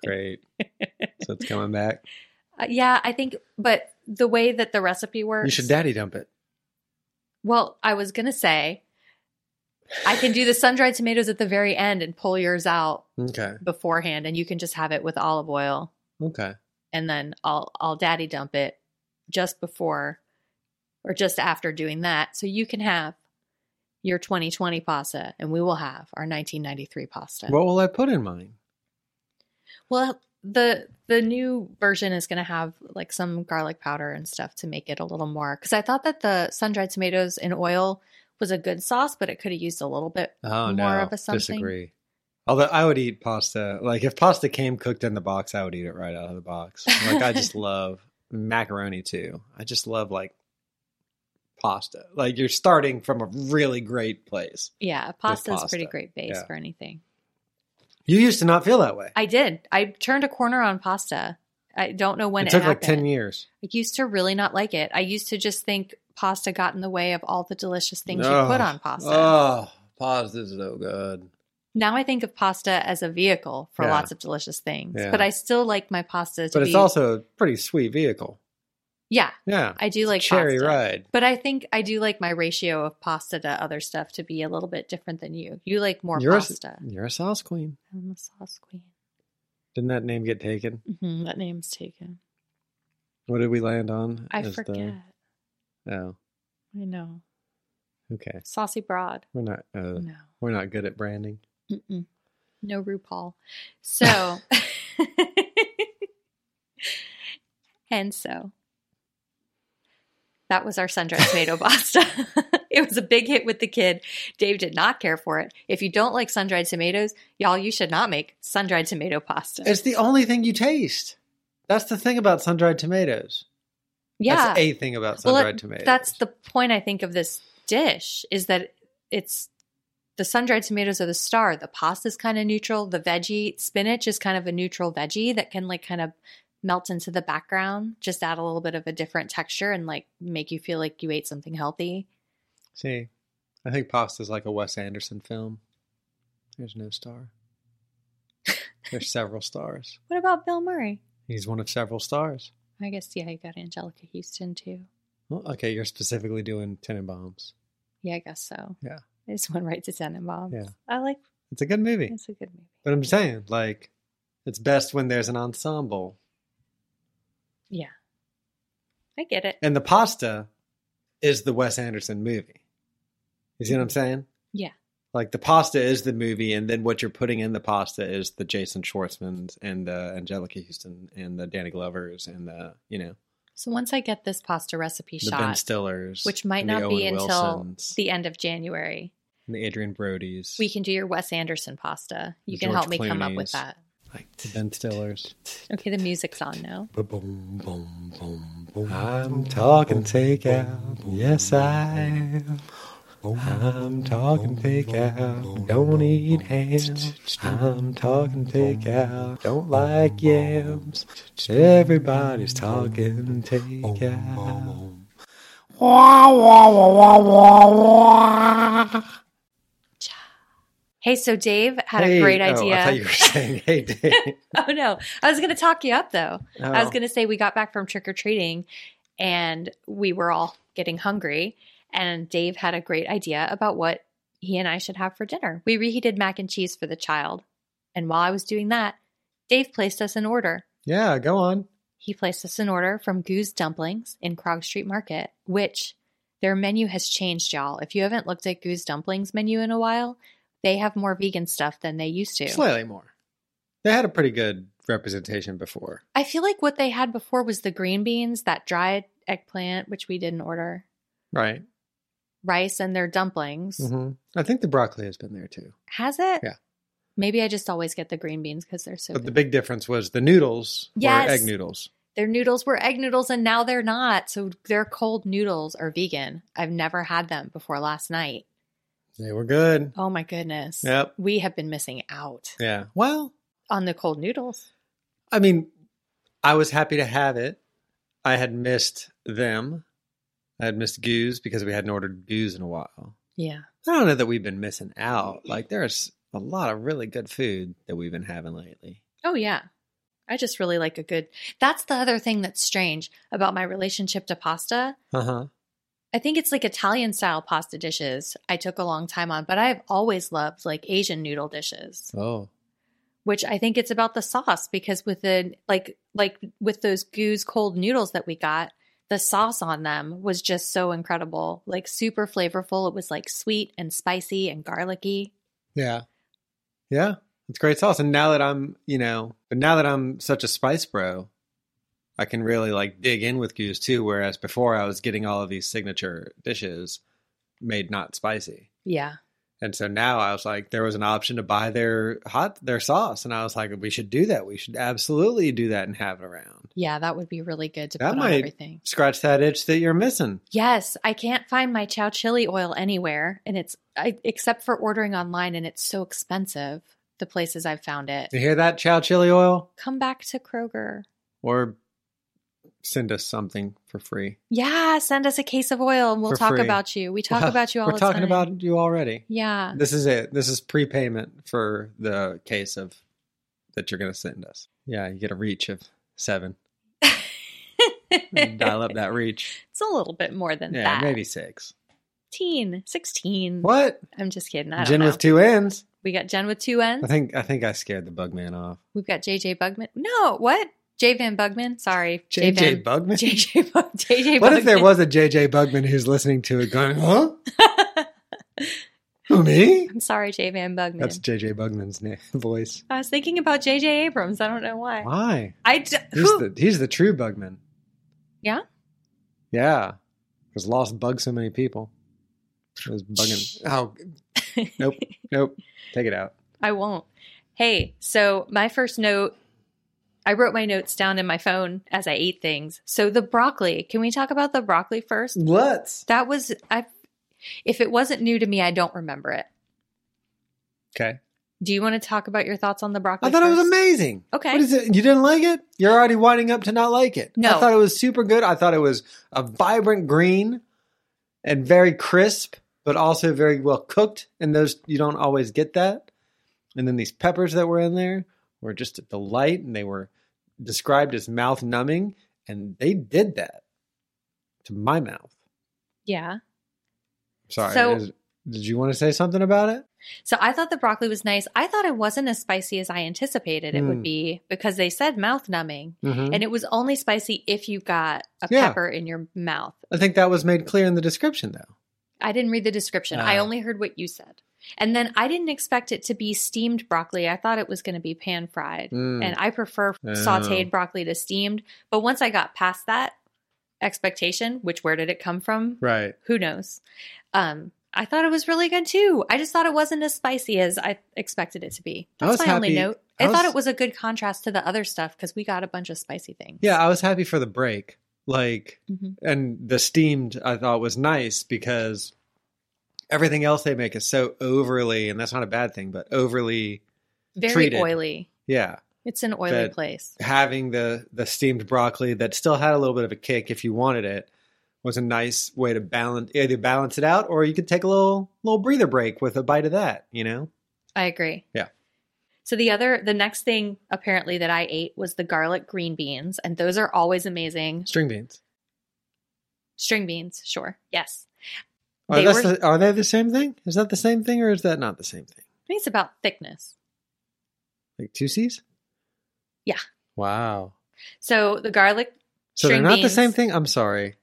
Great. so it's coming back. Uh, yeah, I think, but the way that the recipe works, You should daddy dump it. well, I was gonna say, I can do the sun dried tomatoes at the very end and pull yours out Okay. beforehand, and you can just have it with olive oil, Okay. and then I'll I'll daddy dump it just before or just after doing that, so you can have your 2020 pasta, and we will have our 1993 pasta. What will I put in mine? Well, the the new version is going to have like some garlic powder and stuff to make it a little more. Because I thought that the sun dried tomatoes in oil was a good sauce, but it could have used a little bit. Oh more no, of a something? disagree. Although I would eat pasta, like if pasta came cooked in the box, I would eat it right out of the box. Like I just love macaroni too. I just love like pasta. Like you're starting from a really great place. Yeah, pasta is pretty pasta. great base Yeah. for anything. You used to not feel that way. I did. I turned a corner on pasta. I don't know when it it, took like happened. ten years. I used to really not like it. I used to just think pasta got in the way of all the delicious things you Ugh. put on pasta. Oh, pasta is so good. now I think of pasta as a vehicle for Yeah. lots of delicious things. Yeah. But I still like my pasta to But be it's also a pretty sweet vehicle. Yeah, Yeah, I do like cherry pasta. ride. But I think I do like my ratio of pasta to other stuff to be a little bit different than you. You like more You're a, pasta. you're a sauce queen. I'm a sauce queen. Didn't that name get taken? hmm that name's taken. What did we land on? I as the- forget. oh, I know. okay. Saucy broad. We're not. Uh, No. We're not good at branding. Mm-mm. No RuPaul. So. and so. That was our sun-dried tomato pasta. it was a big hit with the kid. Dave did not care for it. If you don't like sun-dried tomatoes, y'all, you should not make sun-dried tomato pasta. It's the only thing you taste. That's the thing about sun dried tomatoes. yeah. That's a thing about sun Well, dried it- tomatoes. That's the point I think of this dish is that it's the sun-dried tomatoes are the star. The pasta is kind of neutral. The veggie spinach is kind of a neutral veggie that can like kind of melt into the background, just add a little bit of a different texture and like make you feel like you ate something healthy. See, I think pasta's like a Wes Anderson film. There's no star. There's several stars. What about Bill Murray? He's one of several stars. I guess yeah, you got Angelica Houston too. Well, okay, you're specifically doing Tenenbaums. Yeah, I guess so. Yeah. This one right to Tenenbaums. Yeah. I like It's a good movie. it's a good movie. But I'm saying, like, it's best when there's an ensemble. Yeah. I get it. And the pasta is the Wes Anderson movie. You see what I'm saying? Yeah. Like the pasta is the movie, and then what you're putting in the pasta is the Jason Schwartzmans and the Angelica Houston and the Danny Glovers and the you know So once I get this pasta recipe the shot, Ben Stillers, which might and the not be Owen until Wilsons the end of January. and the Adrian Brodies, We can do your Wes Anderson pasta. You can George help me come up Clooney's. with that. the Ben Stillers. Okay, the music's on now. I'm talking takeout. Yes, I am. I'm talking takeout. Don't eat ham. I'm talking takeout. Don't like yams. Everybody's talking takeout. Hey, so Dave had Hey- a great oh, I idea. thought you were saying, "Hey, Dave." oh no, I was going to talk you up though. I was Oh. going to say we got back from trick or treating, and we were all getting hungry, And Dave had a great idea about what he and I should have for dinner. We reheated mac and cheese for the child. And while I was doing that, Dave placed us an order. Yeah, go on. He placed us an order from Goose Dumplings in Crog Street Market, which their menu has changed, y'all. If you haven't looked at Goose Dumplings menu in a while, they have more vegan stuff than they used to. Slightly more. They had a pretty good representation before. I feel like what they had before was the green beans, that dried eggplant, which we didn't order, Right. rice, and their dumplings. hmm I think the broccoli has been there too. Has it? Yeah. Maybe I just always get the green beans because they're so But the good. big difference was the noodles Yes. were egg noodles. Their noodles were egg noodles and now they're not. So their cold noodles are vegan. I've never had them before last night. They were good. Oh my goodness. Yep. We have been missing out Yeah. Well, on the cold noodles. I mean, I was happy to have it. I had missed them. I had missed goose because we hadn't ordered goose in a while. Yeah. I don't know that we've been missing out. Like there's a lot of really good food that we've been having lately. Oh yeah. I just really like a good. That's the other thing that's strange about my relationship to pasta. Uh huh. I think it's like Italian style pasta dishes I took a long time on, but I've always loved like Asian noodle dishes. Oh. which I think it's about the sauce because with the like like with those goose cold noodles that we got, the sauce on them was just so incredible, like super flavorful. It was like sweet and spicy and garlicky. Yeah. Yeah. It's great sauce. And now that I'm, you know, but now that I'm such a spice bro, I can really like dig in with goose too. Whereas before I was getting all of these signature dishes made not spicy. Yeah. And so now I was like, there was an option to buy their hot, their sauce. And I was like, we should do that. We should absolutely do that and have it around. Yeah, that would be really good to That put on might- everything. Scratch that itch that you're missing. Yes, I can't find my chow chili oil anywhere and it's I, except for ordering online and it's so expensive the places I've found it. You hear that, chow chili oil? Come back to Kroger. Or send us something for free. Yeah, send us a case of oil and we'll For talk free. about you. We talk about you all We're the talking time. about you already. Yeah. This is it. This is prepayment for the case of that you're going to send us. Yeah, you get a reach of seven. Dial up that reach. It's a little bit more than Yeah, that. maybe six. 16, 16. What? I'm just kidding. I don't Gin know. with two ends. we got Jen with two N's. I think I think I scared the Bugman off. We've got JJ Bugman. No, what? J Van Bugman. Sorry. JJ Van- Bugman. JJ Bug- JJ What if there Bugman. was a JJ Bugman who's listening to it going, huh? Who me? I'm sorry, J Van Bugman. That's JJ Bugman's na- voice. I was thinking about JJ Abrams. I don't know why. Why? I d- He's who? the he's the true Bugman. Yeah? Yeah. Because Lost bugged so many people. It was bugging. Oh, nope. Nope. Take it out. I won't. Hey, so my first note, I wrote my notes down in my phone as I ate things. So the broccoli, can we talk about the broccoli first? Let's. That was I if it wasn't new to me, I don't remember it. Okay. Do you want to talk about your thoughts on the broccoli? I thought it was first? amazing. Okay. What is it? You didn't like it? You're already winding up to not like it. No. I thought it was super good. I thought it was a vibrant green and very crisp, but also very well cooked. And those, you don't always get that. And then these peppers that were in there were just a delight and they were described as mouth numbing. And they did that to my mouth. Yeah. Sorry. So- is- did you want to say something about it? So I thought the broccoli was nice. I thought it wasn't as spicy as I anticipated it would Mm. be because they said mouth numbing. Mm-hmm. And it was only spicy if you got a Yeah. pepper in your mouth. I think that was made clear in the description, though. I didn't read the description. I Ah. only heard what you said. And then I didn't expect it to be steamed broccoli. I thought it was going to be pan fried. Mm. And I prefer Oh. sauteed broccoli to steamed. But once I got past that expectation, which where did it come from? Right. who knows um i thought it was really good too i just thought it wasn't as spicy as i expected it to be I that's my was only happy- note i, I thought was- it was a good contrast to the other stuff because we got a bunch of spicy things Yeah, I was happy for the break. Like, Mhm. and the steamed I thought was nice because everything else they make is so overly, and that's not a bad thing, but overly, very treated. oily yeah. it's an oily That- place Having the the steamed broccoli that still had a little bit of a kick if you wanted it was a nice way to balance either balance it out or you could take a little little breather break with a bite of that, you know? i agree Yeah. so the other the next thing apparently that i ate was the garlic green beans and those are always amazing String beans. string beans sure yes Are, They Oh, that's were- the, are they the same thing? Is that the same thing or is that not the same thing? I think it's about thickness. Like two C's? Yeah. Wow. So the garlic, So String they're not the beans. same thing? I'm sorry.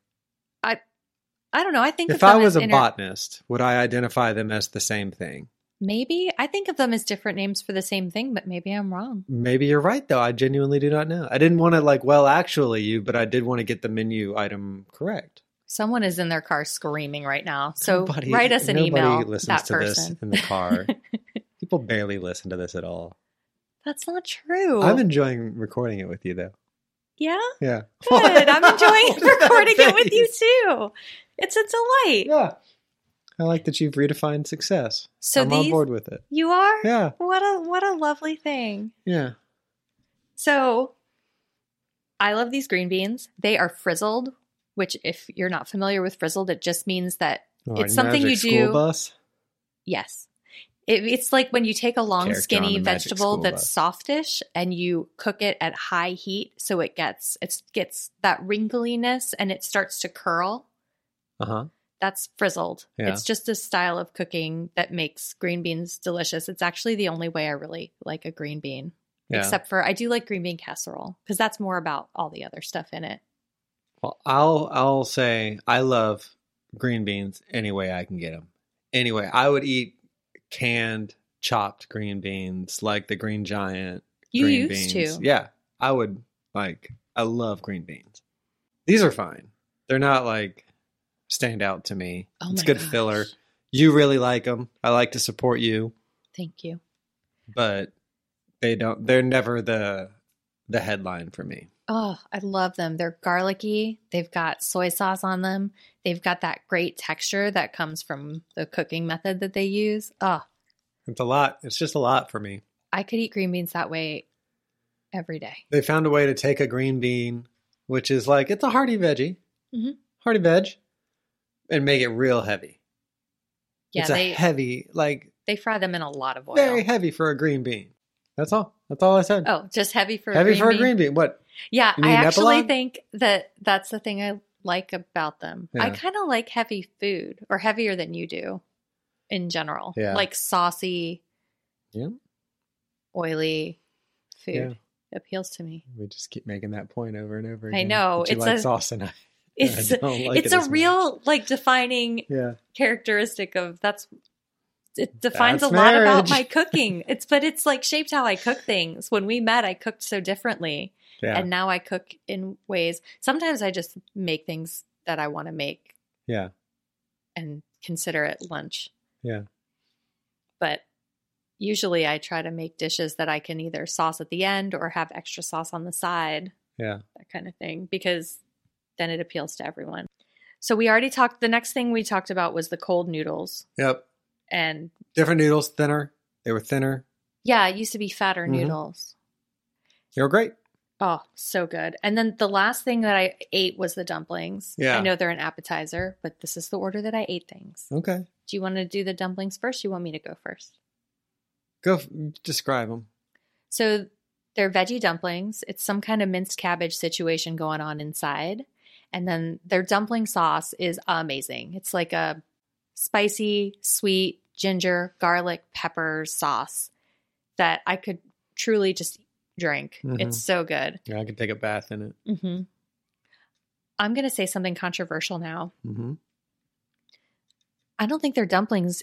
I don't know. I think of If them I as was a inter- botanist, would I identify them as the same thing? maybe I think of them as different names for the same thing, but maybe I'm wrong. Maybe you're right though. I genuinely do not know. I didn't want to like, well, actually you, but I did want to get the menu item correct. Someone is in their car screaming right now. So Nobody- write us an nobody email. listens That to person. this in the car. People barely listen to this at all. That's not true. I'm enjoying recording it with you though. yeah, Yeah. good. I'm enjoying What was that recording it with you face? too. It's a delight. Yeah. I like that you've redefined success. So I'm these on board with it. you are. Yeah. What a what a lovely thing. Yeah. So I love these green beans. They are frizzled, which if you're not familiar with frizzled, it just means that Oh, It's like something Magic you School do- Bus. yes. It, it's like when you take a long Character on skinny the Magic vegetable School that's softish and you cook it at high heat so it gets it gets that wrinkliness and it starts to curl. Uh huh. That's frizzled. Yeah. It's just a style of cooking that makes green beans delicious. It's actually the only way I really like a green bean. Yeah. Except for I do like green bean casserole because that's more about all the other stuff in it. well, I'll I'll say I love green beans any way I can get them. Anyway, I would eat canned, chopped green beans like the Green Giant. You green used beans. to. Yeah, I would like. I love green beans. These are fine. They're not like stand out to me. Oh it's my good gosh. filler. You really like them. I like to support you, Thank you. but they don't. They're never the the headline for me. Oh, I love them. They're garlicky. They've got soy sauce on them. They've got that great texture that comes from the cooking method that they use. Oh, It's a lot. It's just a lot for me. I could eat green beans that way every day. They found a way to take a green bean, which is like it's a hearty veggie, Mhm. hearty veg, and make it real heavy. Yeah, it's a they heavy, like they fry them in a lot of oil. very heavy for a green bean. That's all. That's all I said. Oh, just heavy for heavy a green for bean. a green bean. What? Yeah, You I mean an actually epilogue? think that that's the thing I like about them. I Yeah. kind of like heavy food or heavier than you do in general. Yeah. Like saucy, Yeah. oily food Yeah. appeals to me. We just keep making that point over and over I again. know, But you it's like a- sauce and I. It's don't like it's it a as much. real like defining Yeah. characteristic of that's it defines That's a lot about marriage. my cooking. It's but it's like shaped how I cook things. When we met, I cooked so differently. Yeah. and now I cook in ways. Sometimes I just make things that I want to make yeah. and consider it lunch. Yeah. But usually I try to make dishes that I can either sauce at the end or have extra sauce on the side, Yeah. that kind of thing, because then it appeals to everyone. So we already talked. The next thing we talked about was the cold noodles. Yep. And Different noodles, thinner. They were thinner. yeah, it used to be fatter Mhm. noodles. They were great. Oh, so good. And then the last thing that I ate was the dumplings. Yeah. I know they're an appetizer, but this is the order that I ate things. Okay. Do you want to do the dumplings first? You want me to go first? Go f- describe them. So they're veggie dumplings. It's some kind of minced cabbage situation going on inside. And then their dumpling sauce is amazing. It's like a spicy, sweet, ginger, garlic, pepper sauce that I could truly just drink. Mhm. It's so good. Yeah, I could take a bath in it. hmm I'm going to say something controversial now. Mm-hmm. I don't think their dumplings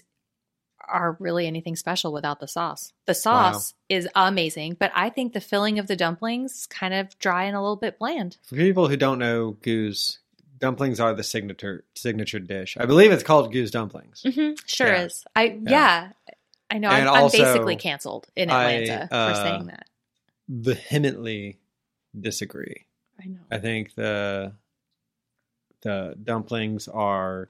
are really anything special without the sauce. The Wow. sauce is amazing, but I think the filling of the dumplings is kind of dry and a little bit bland. For people who don't know goose, dumplings are the signature signature dish. I believe it's called goose dumplings. Sure Mm-hmm. Yeah. is. I yeah. I know. I'm, And I'm also, basically canceled in I, Atlanta for uh, saying that. Vehemently disagree. I know. I think the the dumplings are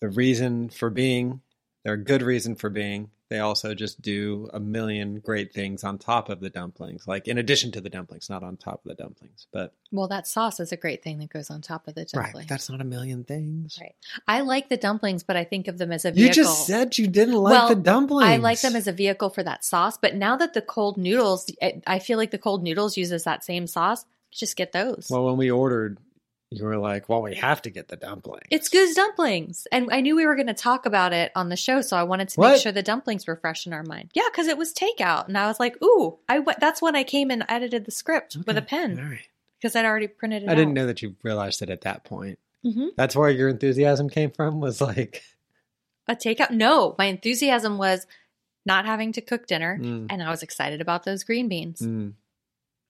the reason for being. They're a good reason for being. They also just do a million great things on top of the dumplings, like in addition to the dumplings, not on top of the dumplings. But well, that sauce is a great thing that goes on top of the right, dumpling. but that's not a million things. Right. I like the dumplings, but I think of them as a You vehicle. just said you didn't like Well, the dumplings. I like them as a vehicle for that sauce. But now that the cold noodles, I- I feel like the cold noodles uses that same sauce. Just get those. Well, when we ordered, you were like, well, we have to get the dumpling. It's Goose Dumplings. And I knew we were going to talk about it on the show, so I wanted to What? make sure the dumplings were fresh in our mind. Yeah, because it was takeout. And I was like, ooh, I w- that's when I came and edited the script with a Okay, pen All right. because I'd already printed it I didn't know that you realized it at that point. hmm That's where your enthusiasm came from. Was like, A takeout? No, my enthusiasm was not having to cook dinner. mm, And I was excited about those green beans. mm.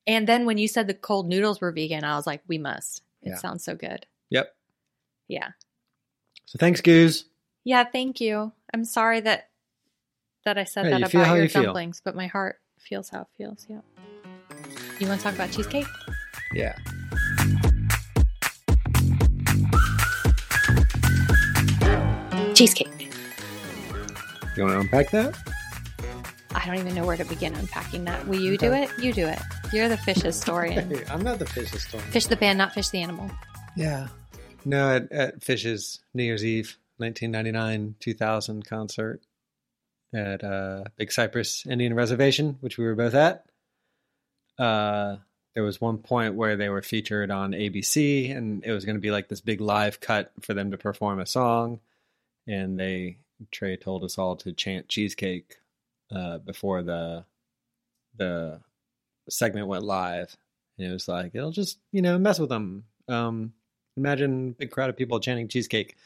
And then when you said the cold noodles were vegan, I was like, we must. It Yeah. sounds so good. yep. Yeah. So thanks, Goose. Yeah, thank you. I'm sorry that that I said Hey, that you about feel how your you feel. dumplings, but my heart feels how it feels. Yeah. You want to talk about cheesecake? Yeah. Cheesecake. You want to unpack that? I don't even know where to begin unpacking that. Will you do it? You do it. You're the fish historian. Hey, I'm not the fish historian. fish the band, not fish the animal. Yeah. No, at, at Fish's New Year's Eve 1999 2000 concert at uh, Big Cypress Indian Reservation, which we were both at. Uh, there was one point where they were featured on ABC, and it was going to be like this big live cut for them to perform a song. And they, Trey told us all to chant cheesecake uh, before the the segment went live. And it was like, it'll just, you know, mess with them. Um, imagine a big crowd of people chanting cheesecake.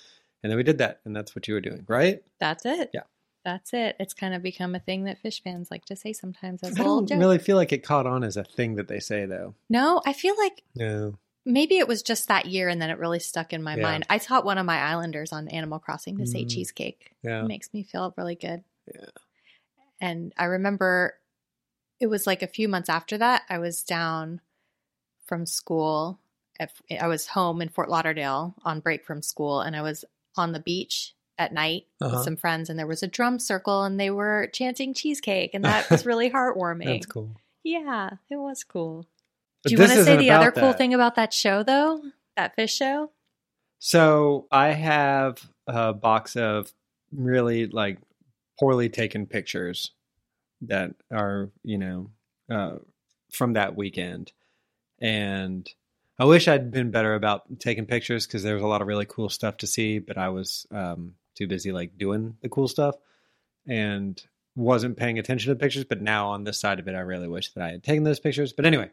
And then we did that. And that's what you were doing, right? That's it. Yeah. That's it. It's kind of become a thing that fish fans like to say sometimes as I a little don't joke. really feel like it caught on as a thing that they say, though. no, I feel like No. maybe it was just that year and then it really stuck in my Yeah. mind. I taught one of my islanders on Animal Crossing to say Mm. cheesecake. Yeah. It makes me feel really good. Yeah. And I remember it was like a few months after that, I was down from school. At, I was home in Fort Lauderdale on break from school and I was on the beach at night Uh-huh. with some friends and there was a drum circle and they were chanting cheesecake and that was really heartwarming. That's cool. Yeah, it was cool. But Do you want this to say isn't the other about cool that. thing about that show, though? That fish show? So I have a box of really like poorly taken pictures that are, you know, uh, from that weekend. And I wish I'd been better about taking pictures because there was a lot of really cool stuff to see, but I was um, too busy like doing the cool stuff and wasn't paying attention to the pictures. But now on this side of it, I really wish that I had taken those pictures. But anyway,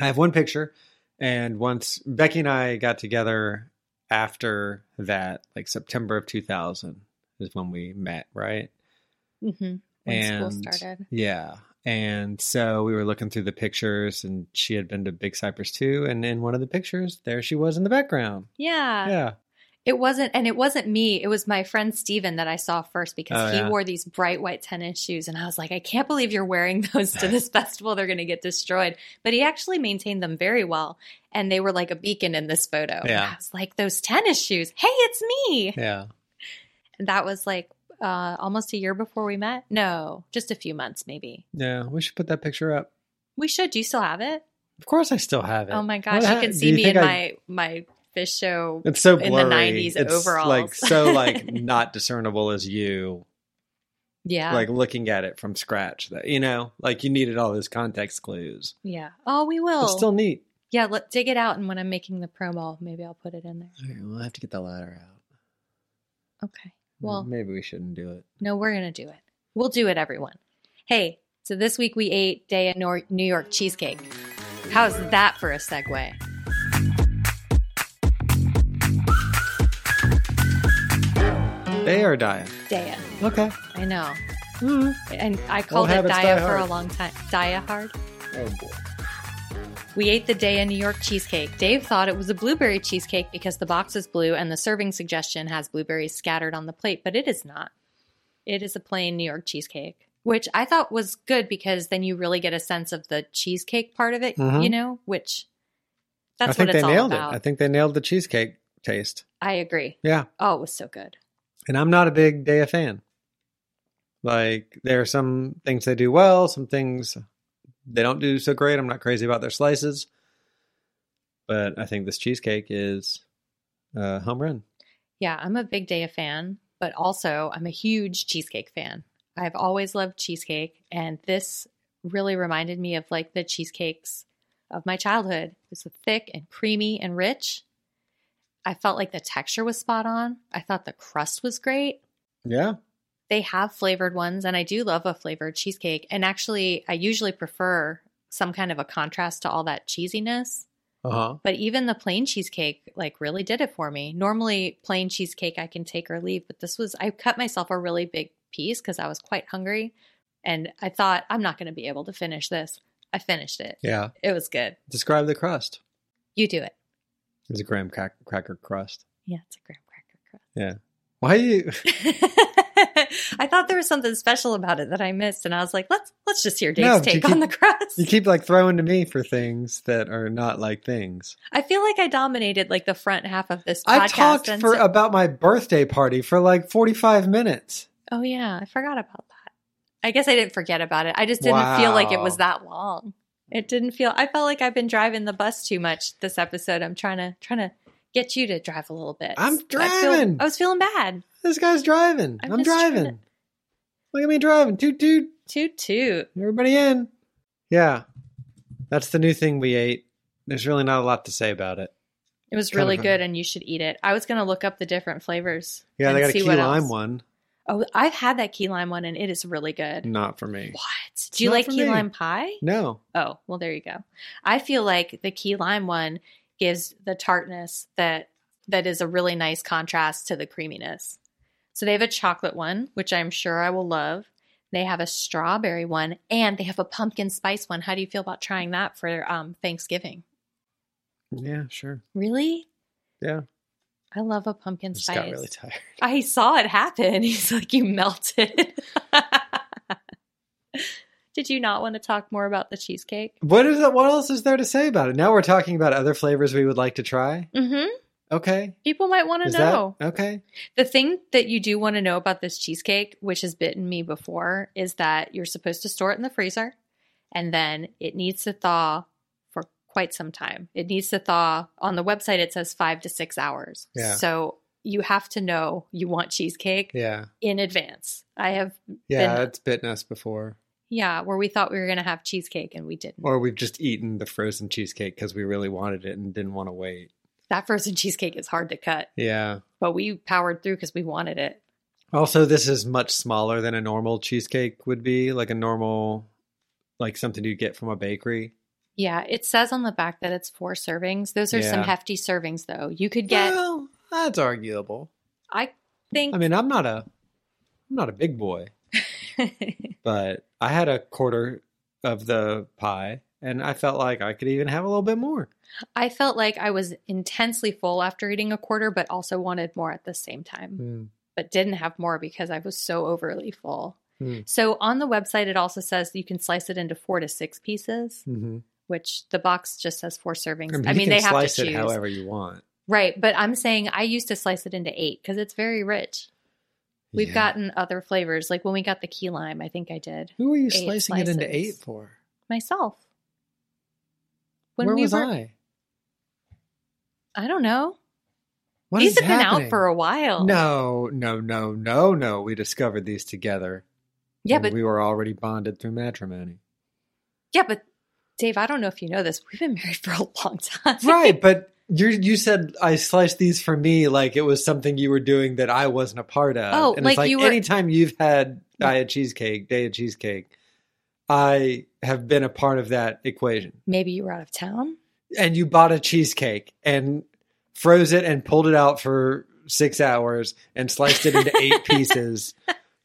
I have one picture. And once Becky and I got together after that, like September of 2000 is when we met, right? Mm-hmm. When and school started. yeah. And so we were looking through the pictures, and she had been to Big Cypress too. And in one of the pictures, there she was in the background. Yeah. yeah. It wasn't, and it wasn't me. It was my friend Steven that I saw first because Oh, he yeah. wore these bright white tennis shoes. And I was like, I can't believe you're wearing those to this festival. They're going to get destroyed. But he actually maintained them very well. And they were like a beacon in this photo. And Yeah. I was like, those tennis shoes. Hey, it's me. Yeah. And that was like uh, almost a year before we met. No, just a few months maybe. Yeah. We should put that picture up. We should. Do you still have it? Of course, I still have it. Oh my gosh, What you hap- can do see you me think in I- my my fish show. It's so in the blurry. 90s it's overalls. like so like not discernible as you Yeah. like looking at it from scratch. That you know, like you needed all those context clues. yeah. Oh, we will. It's still neat. yeah, let dig it out and when I'm making the promo, maybe I'll put it in there. Okay, we'll have to get the ladder out. Okay. Well, maybe we shouldn't do it. no, we're going to do it. We'll do it everyone. Hey, so this week we ate day of Nor- New York cheesecake. How's that for a segue? They are dying. Daya. Okay. I know. Mhm. And I called it habits die Daya for a hard. long time. Daya hard. Oh boy. We ate the day in New York cheesecake. Dave thought it was a blueberry cheesecake because the box is blue and the serving suggestion has blueberries scattered on the plate, but it is not. It is a plain New York cheesecake, which I thought was good because then you really get a sense of the cheesecake part of it, Mhm. you know, which I that's think what it's they all nailed about. it. I think they nailed the cheesecake taste. I agree. Yeah. Oh, it was so good. And I'm not a big Daya fan. Like there are some things they do well, some things they don't do so great. I'm not crazy about their slices. But I think this cheesecake is uh home run. Yeah, I'm a big Daya fan, but also I'm a huge cheesecake fan. I've always loved cheesecake, and this really reminded me of like the cheesecakes of my childhood. It was thick and creamy and rich. I felt like the texture was spot on. I thought the crust was great. Yeah. They have flavored ones, and I do love a flavored cheesecake. And actually, I usually prefer some kind of a contrast to all that cheesiness. Uh huh. But even the plain cheesecake, like, really did it for me. Normally, plain cheesecake I can take or leave, but this was, I cut myself a really big piece because I was quite hungry. And I thought, I'm not going to be able to finish this. I finished it. Yeah. It was good. Describe the crust. You do it. It was a graham crack- cracker crust. Yeah, it's a graham cracker crust. Why do you? I thought there was something special about it that I missed, and I was like, let's let's just hear Dave's No, but you take keep- on the crust. You keep like throwing to me for things that are not like things. I feel like I dominated like the front half of this. Podcast I talked and for so- about my birthday party for like forty five minutes. oh yeah, I forgot about that. I guess I didn't forget about it. I just didn't feel like it was Wow. that long. It didn't feel. I felt like I've been driving the bus too much this episode. I'm trying to trying to get you to drive a little bit. I'm I feel- driving. I was feeling bad. This guy's driving. I'm I'm, just trying to- driving. Look at me driving. Toot toot. Toot toot. Everybody in. Yeah. That's the new thing we ate. There's really not a lot to say about it. It was Kind really of a- good, and you should eat it. I was going to look up the different flavors. Yeah, and they got a see key what lime else. one. Oh, I've had that key lime one, and it is really good. Not for me. What? Do you Mm. not like for key me. lime pie? No. Oh, well, there you go. I feel like the key lime one gives the tartness that that is a really nice contrast to the creaminess. So they have a chocolate one, which I'm sure I will love. They have a strawberry one, and they have a pumpkin spice one. How do you feel about trying that for um, Thanksgiving? Yeah, sure. Really? Yeah. I love a pumpkin I just spice. got really tired. I saw it happen. He's like, you melted. Did you not want to talk more about the cheesecake? What is that? What else is there to say about it? Now we're talking about other flavors we would like to try. Mm-hmm. Okay. People might want to Is know. that okay? The thing that you do want to know about this cheesecake, which has bitten me before, is that you're supposed to store it in the freezer and then it needs to thaw for quite some time. It needs to thaw. On the website, it says five to six hours. Yeah. So you have to know you want cheesecake Yeah. in advance. I have, Yeah, Been- it's bitten us before. yeah, where we thought we were going to have cheesecake and we didn't. Or we've just eaten the frozen cheesecake because we really wanted it and didn't want to wait. That frozen cheesecake is hard to cut, Yeah. but we powered through because we wanted it. Also, this is much smaller than a normal cheesecake would be, like a normal, like something you get from a bakery. Yeah, it says on the back that it's four servings. Those are some Yeah. hefty servings, though. You could get, Well, that's arguable. I think, I mean, I'm not a, I'm not a big boy, but I had a quarter of the pie, and I felt like I could even have a little bit more. I felt like I was intensely full after eating a quarter, but also wanted more at the same time, Mm. but didn't have more because I was so overly full. Hmm. So on the website, it also says you can slice it into four to six pieces, hmm which the box just says four servings. I mean, you can they have slice to choose. it however you want. Right, but I'm saying I used to slice it into eight because it's very rich. We've Yeah. gotten other flavors, like when we got the key lime. I think I did Who are you eight slicing it into slices. eight for? myself. Where we was were- I? I don't know. What These is have been happening? out for a while. No, no, no, no, no. We discovered these together. yeah, and but we were already bonded through matrimony. yeah, but Dave, I don't know if you know this. We've been married for a long time. right, but you you said I sliced these for me like it was something you were doing that I wasn't a part of. Oh, and like it's like you were- anytime you've had diet cheesecake, day of cheesecake, I have been a part of that equation. Maybe you were out of town. And you bought a cheesecake and froze it and pulled it out for six hours and sliced it into eight piees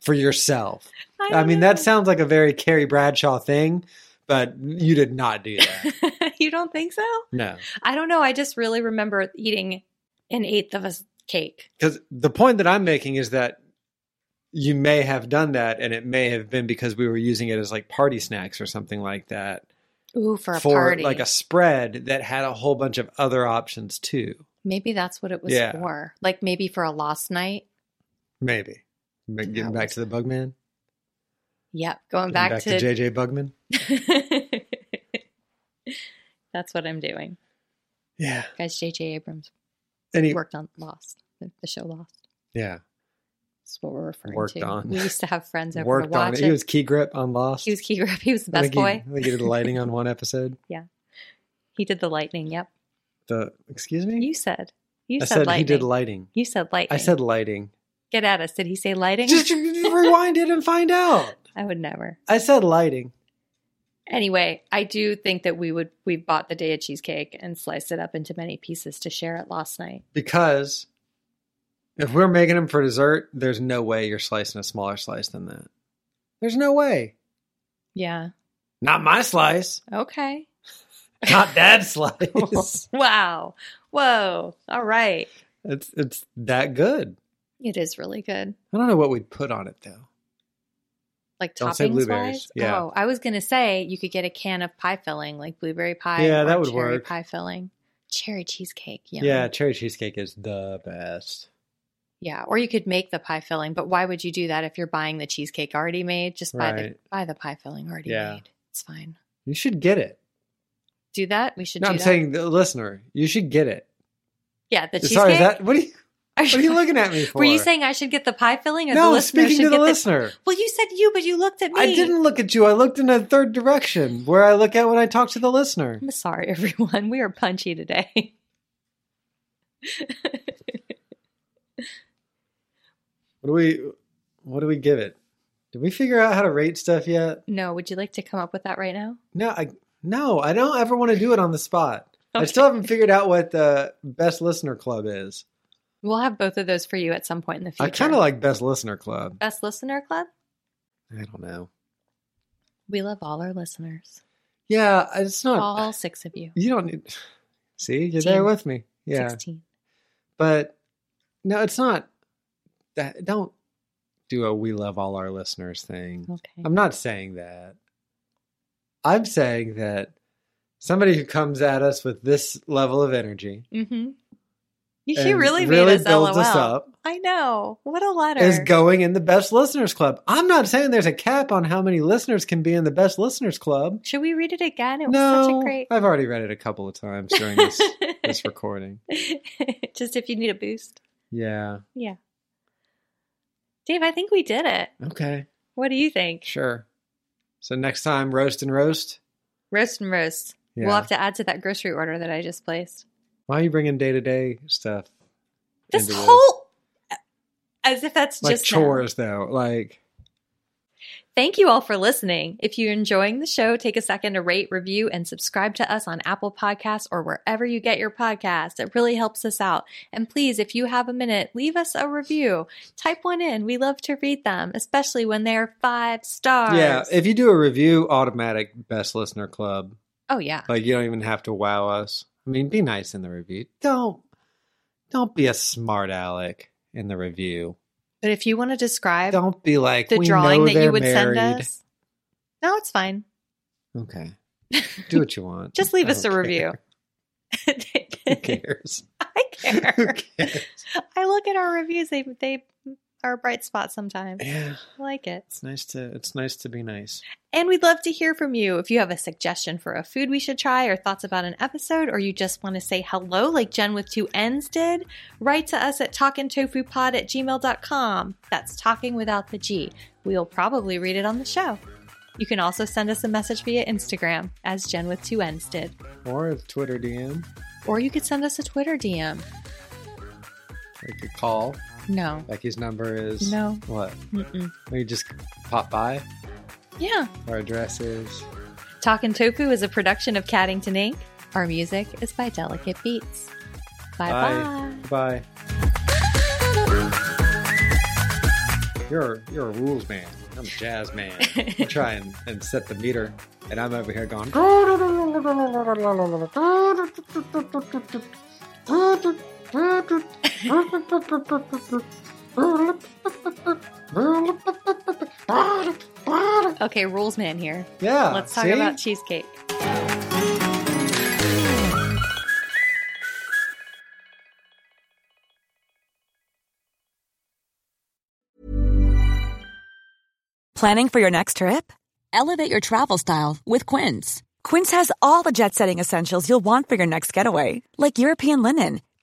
for yourself. I don't mean, know. that sounds like a very Carrie Bradshaw thing, but you did not do that. you don't think so? No. I don't know. I just really remember eating an eighth of a s- cake. Because the point that I'm making is that you may have done that, and it may have been because we were using it as like party snacks or something like that Ooh, for a party. like a spread that had a whole bunch of other options too. Maybe that's what it was Yeah. for. Like maybe for a lost night. Maybe. Ma- Getting back to the Bugman, Yep, going Getting back, back to. to JJ Bugman. that's what I'm doing, Yeah. guys. J.J. Abrams Any worked on Lost, the the show Lost. yeah That's what we're referring Worked to. on. We used to have friends over to worked watch on it. it. He was key grip on Lost. he was key grip. He was the I best think he- boy. I think he did lighting on one episode. He did the lightning. Yep. The excuse me. You said. You I said, said lightning. he did lighting. you said lightning. I said lighting. Get at us. Did he say lighting? Just rewind it and find out. I would never. I said lighting. Anyway, I do think that we would we bought the day of cheesecake and sliced it up into many pieces to share it last night. Because if we're making them for dessert, there's no way you're slicing a smaller slice than that. There's no way. Yeah. Not my slice. Okay. Not dad's slice. Wow. Whoa. All right. it's it's that good. It is really good. I don't know what we'd put on it though. Like Don't say toppings blueberries. wise. Yeah. Oh, I was gonna say you could get a can of pie filling, like blueberry pie. Yeah, or that would cherry work. Pie filling, cherry cheesecake. Yum. Yeah, cherry cheesecake is the best. yeah. Or you could make the pie filling, but why would you do that if you're buying the cheesecake already made? Just buy the Right. buy the pie filling already Yeah. made. It's fine. You should get it. Do that. We should. No, do I'm that. saying the listener, you should get it. yeah. The cheesecake. Sorry, is that what are you What are you looking at me Were you for? saying I should get the pie filling or the No, listener speaking should to the get listener. Well, you said you, but you looked at me. I didn't look at you. I looked in a third direction where I look at when I talk to the listener. I'm sorry, everyone. We are punchy today. What do we what do we give it? Did we figure out how to rate stuff yet? no, would you like to come up with that right now? No, I no, I don't ever want to do it on the spot. I still haven't figured out what the best listener club is. We'll have both of those for you at some point in the future. I kind of like best listener club. Best Listener Club. I don't know. We love all our listeners, Yeah, it's not all six of you. You don't need See, you're there Team. with me. Yeah. 16. But no, it's not that don't do a we love all our listeners thing. Okay. I'm not saying that. I'm saying that somebody who comes at us with this level of energy mm-hmm. She and really made really us builds LOL. us up. I know. What a letter. is going in the best listeners club. I'm not saying there's a cap on how many listeners can be in the best listeners club. Should we read it again? It was no, such a great. I've already read it a couple of times during this this recording. Just if you need a boost. Yeah. Yeah. Dave, I think we did it. Okay. What do you think? Sure. So next time, roast and roast. Roast and roast. We'll Yeah. have to add to that grocery order that I just placed. Why are you bringing day to day stuff? This into whole, as if that's like just now. chores though, like Thank you all for listening. If you're enjoying the show, take a second to rate, review, and subscribe to us on Apple Podcasts or wherever you get your podcasts. It really helps us out. And please, if you have a minute, leave us a review. Type one in. We love to read them, especially when they're five stars. yeah. If you do a review, automatic best listener club. oh, yeah. Like you don't even have to wow us. I mean, be nice in the review. Don't don't be a smart aleck in the review. But if you want to describe Don't be like the "We drawing know that you they're would send married." us, no, it's fine. Okay, do what you want. Just leave I us a don't review. care. Who I cares? Who care. cares? I look at our reviews. They they are a bright spot sometimes. Yeah, I like it. it's nice to it's nice to be nice. And we'd love to hear from you. If you have a suggestion for a food we should try or thoughts about an episode, or you just want to say hello like Jen with two N's did, write to us at talkingtofupod at gmail.com. That's talking without the G. We'll probably read it on the show. You can also send us a message via Instagram, as Jen with two N's did. Or a Twitter DM, Or you could send us a Twitter DM. like a call. No. Becky's number is No. What? Mm-mm. We just pop by. Yeah. Our address is. Talkin' Tofu is a production of Caddington Inc. Our music is by Delicate Beats. Bye-bye. Bye. You're you're a rules man. I'm a jazz man. I try and, and set the meter, and I'm over here going. Okay, rules man here. Yeah. Let's talk see? about cheesecake. Planning for your next trip? Elevate your travel style with Quince. Quince has all the jet setting essentials you'll want for your next getaway, like European linen,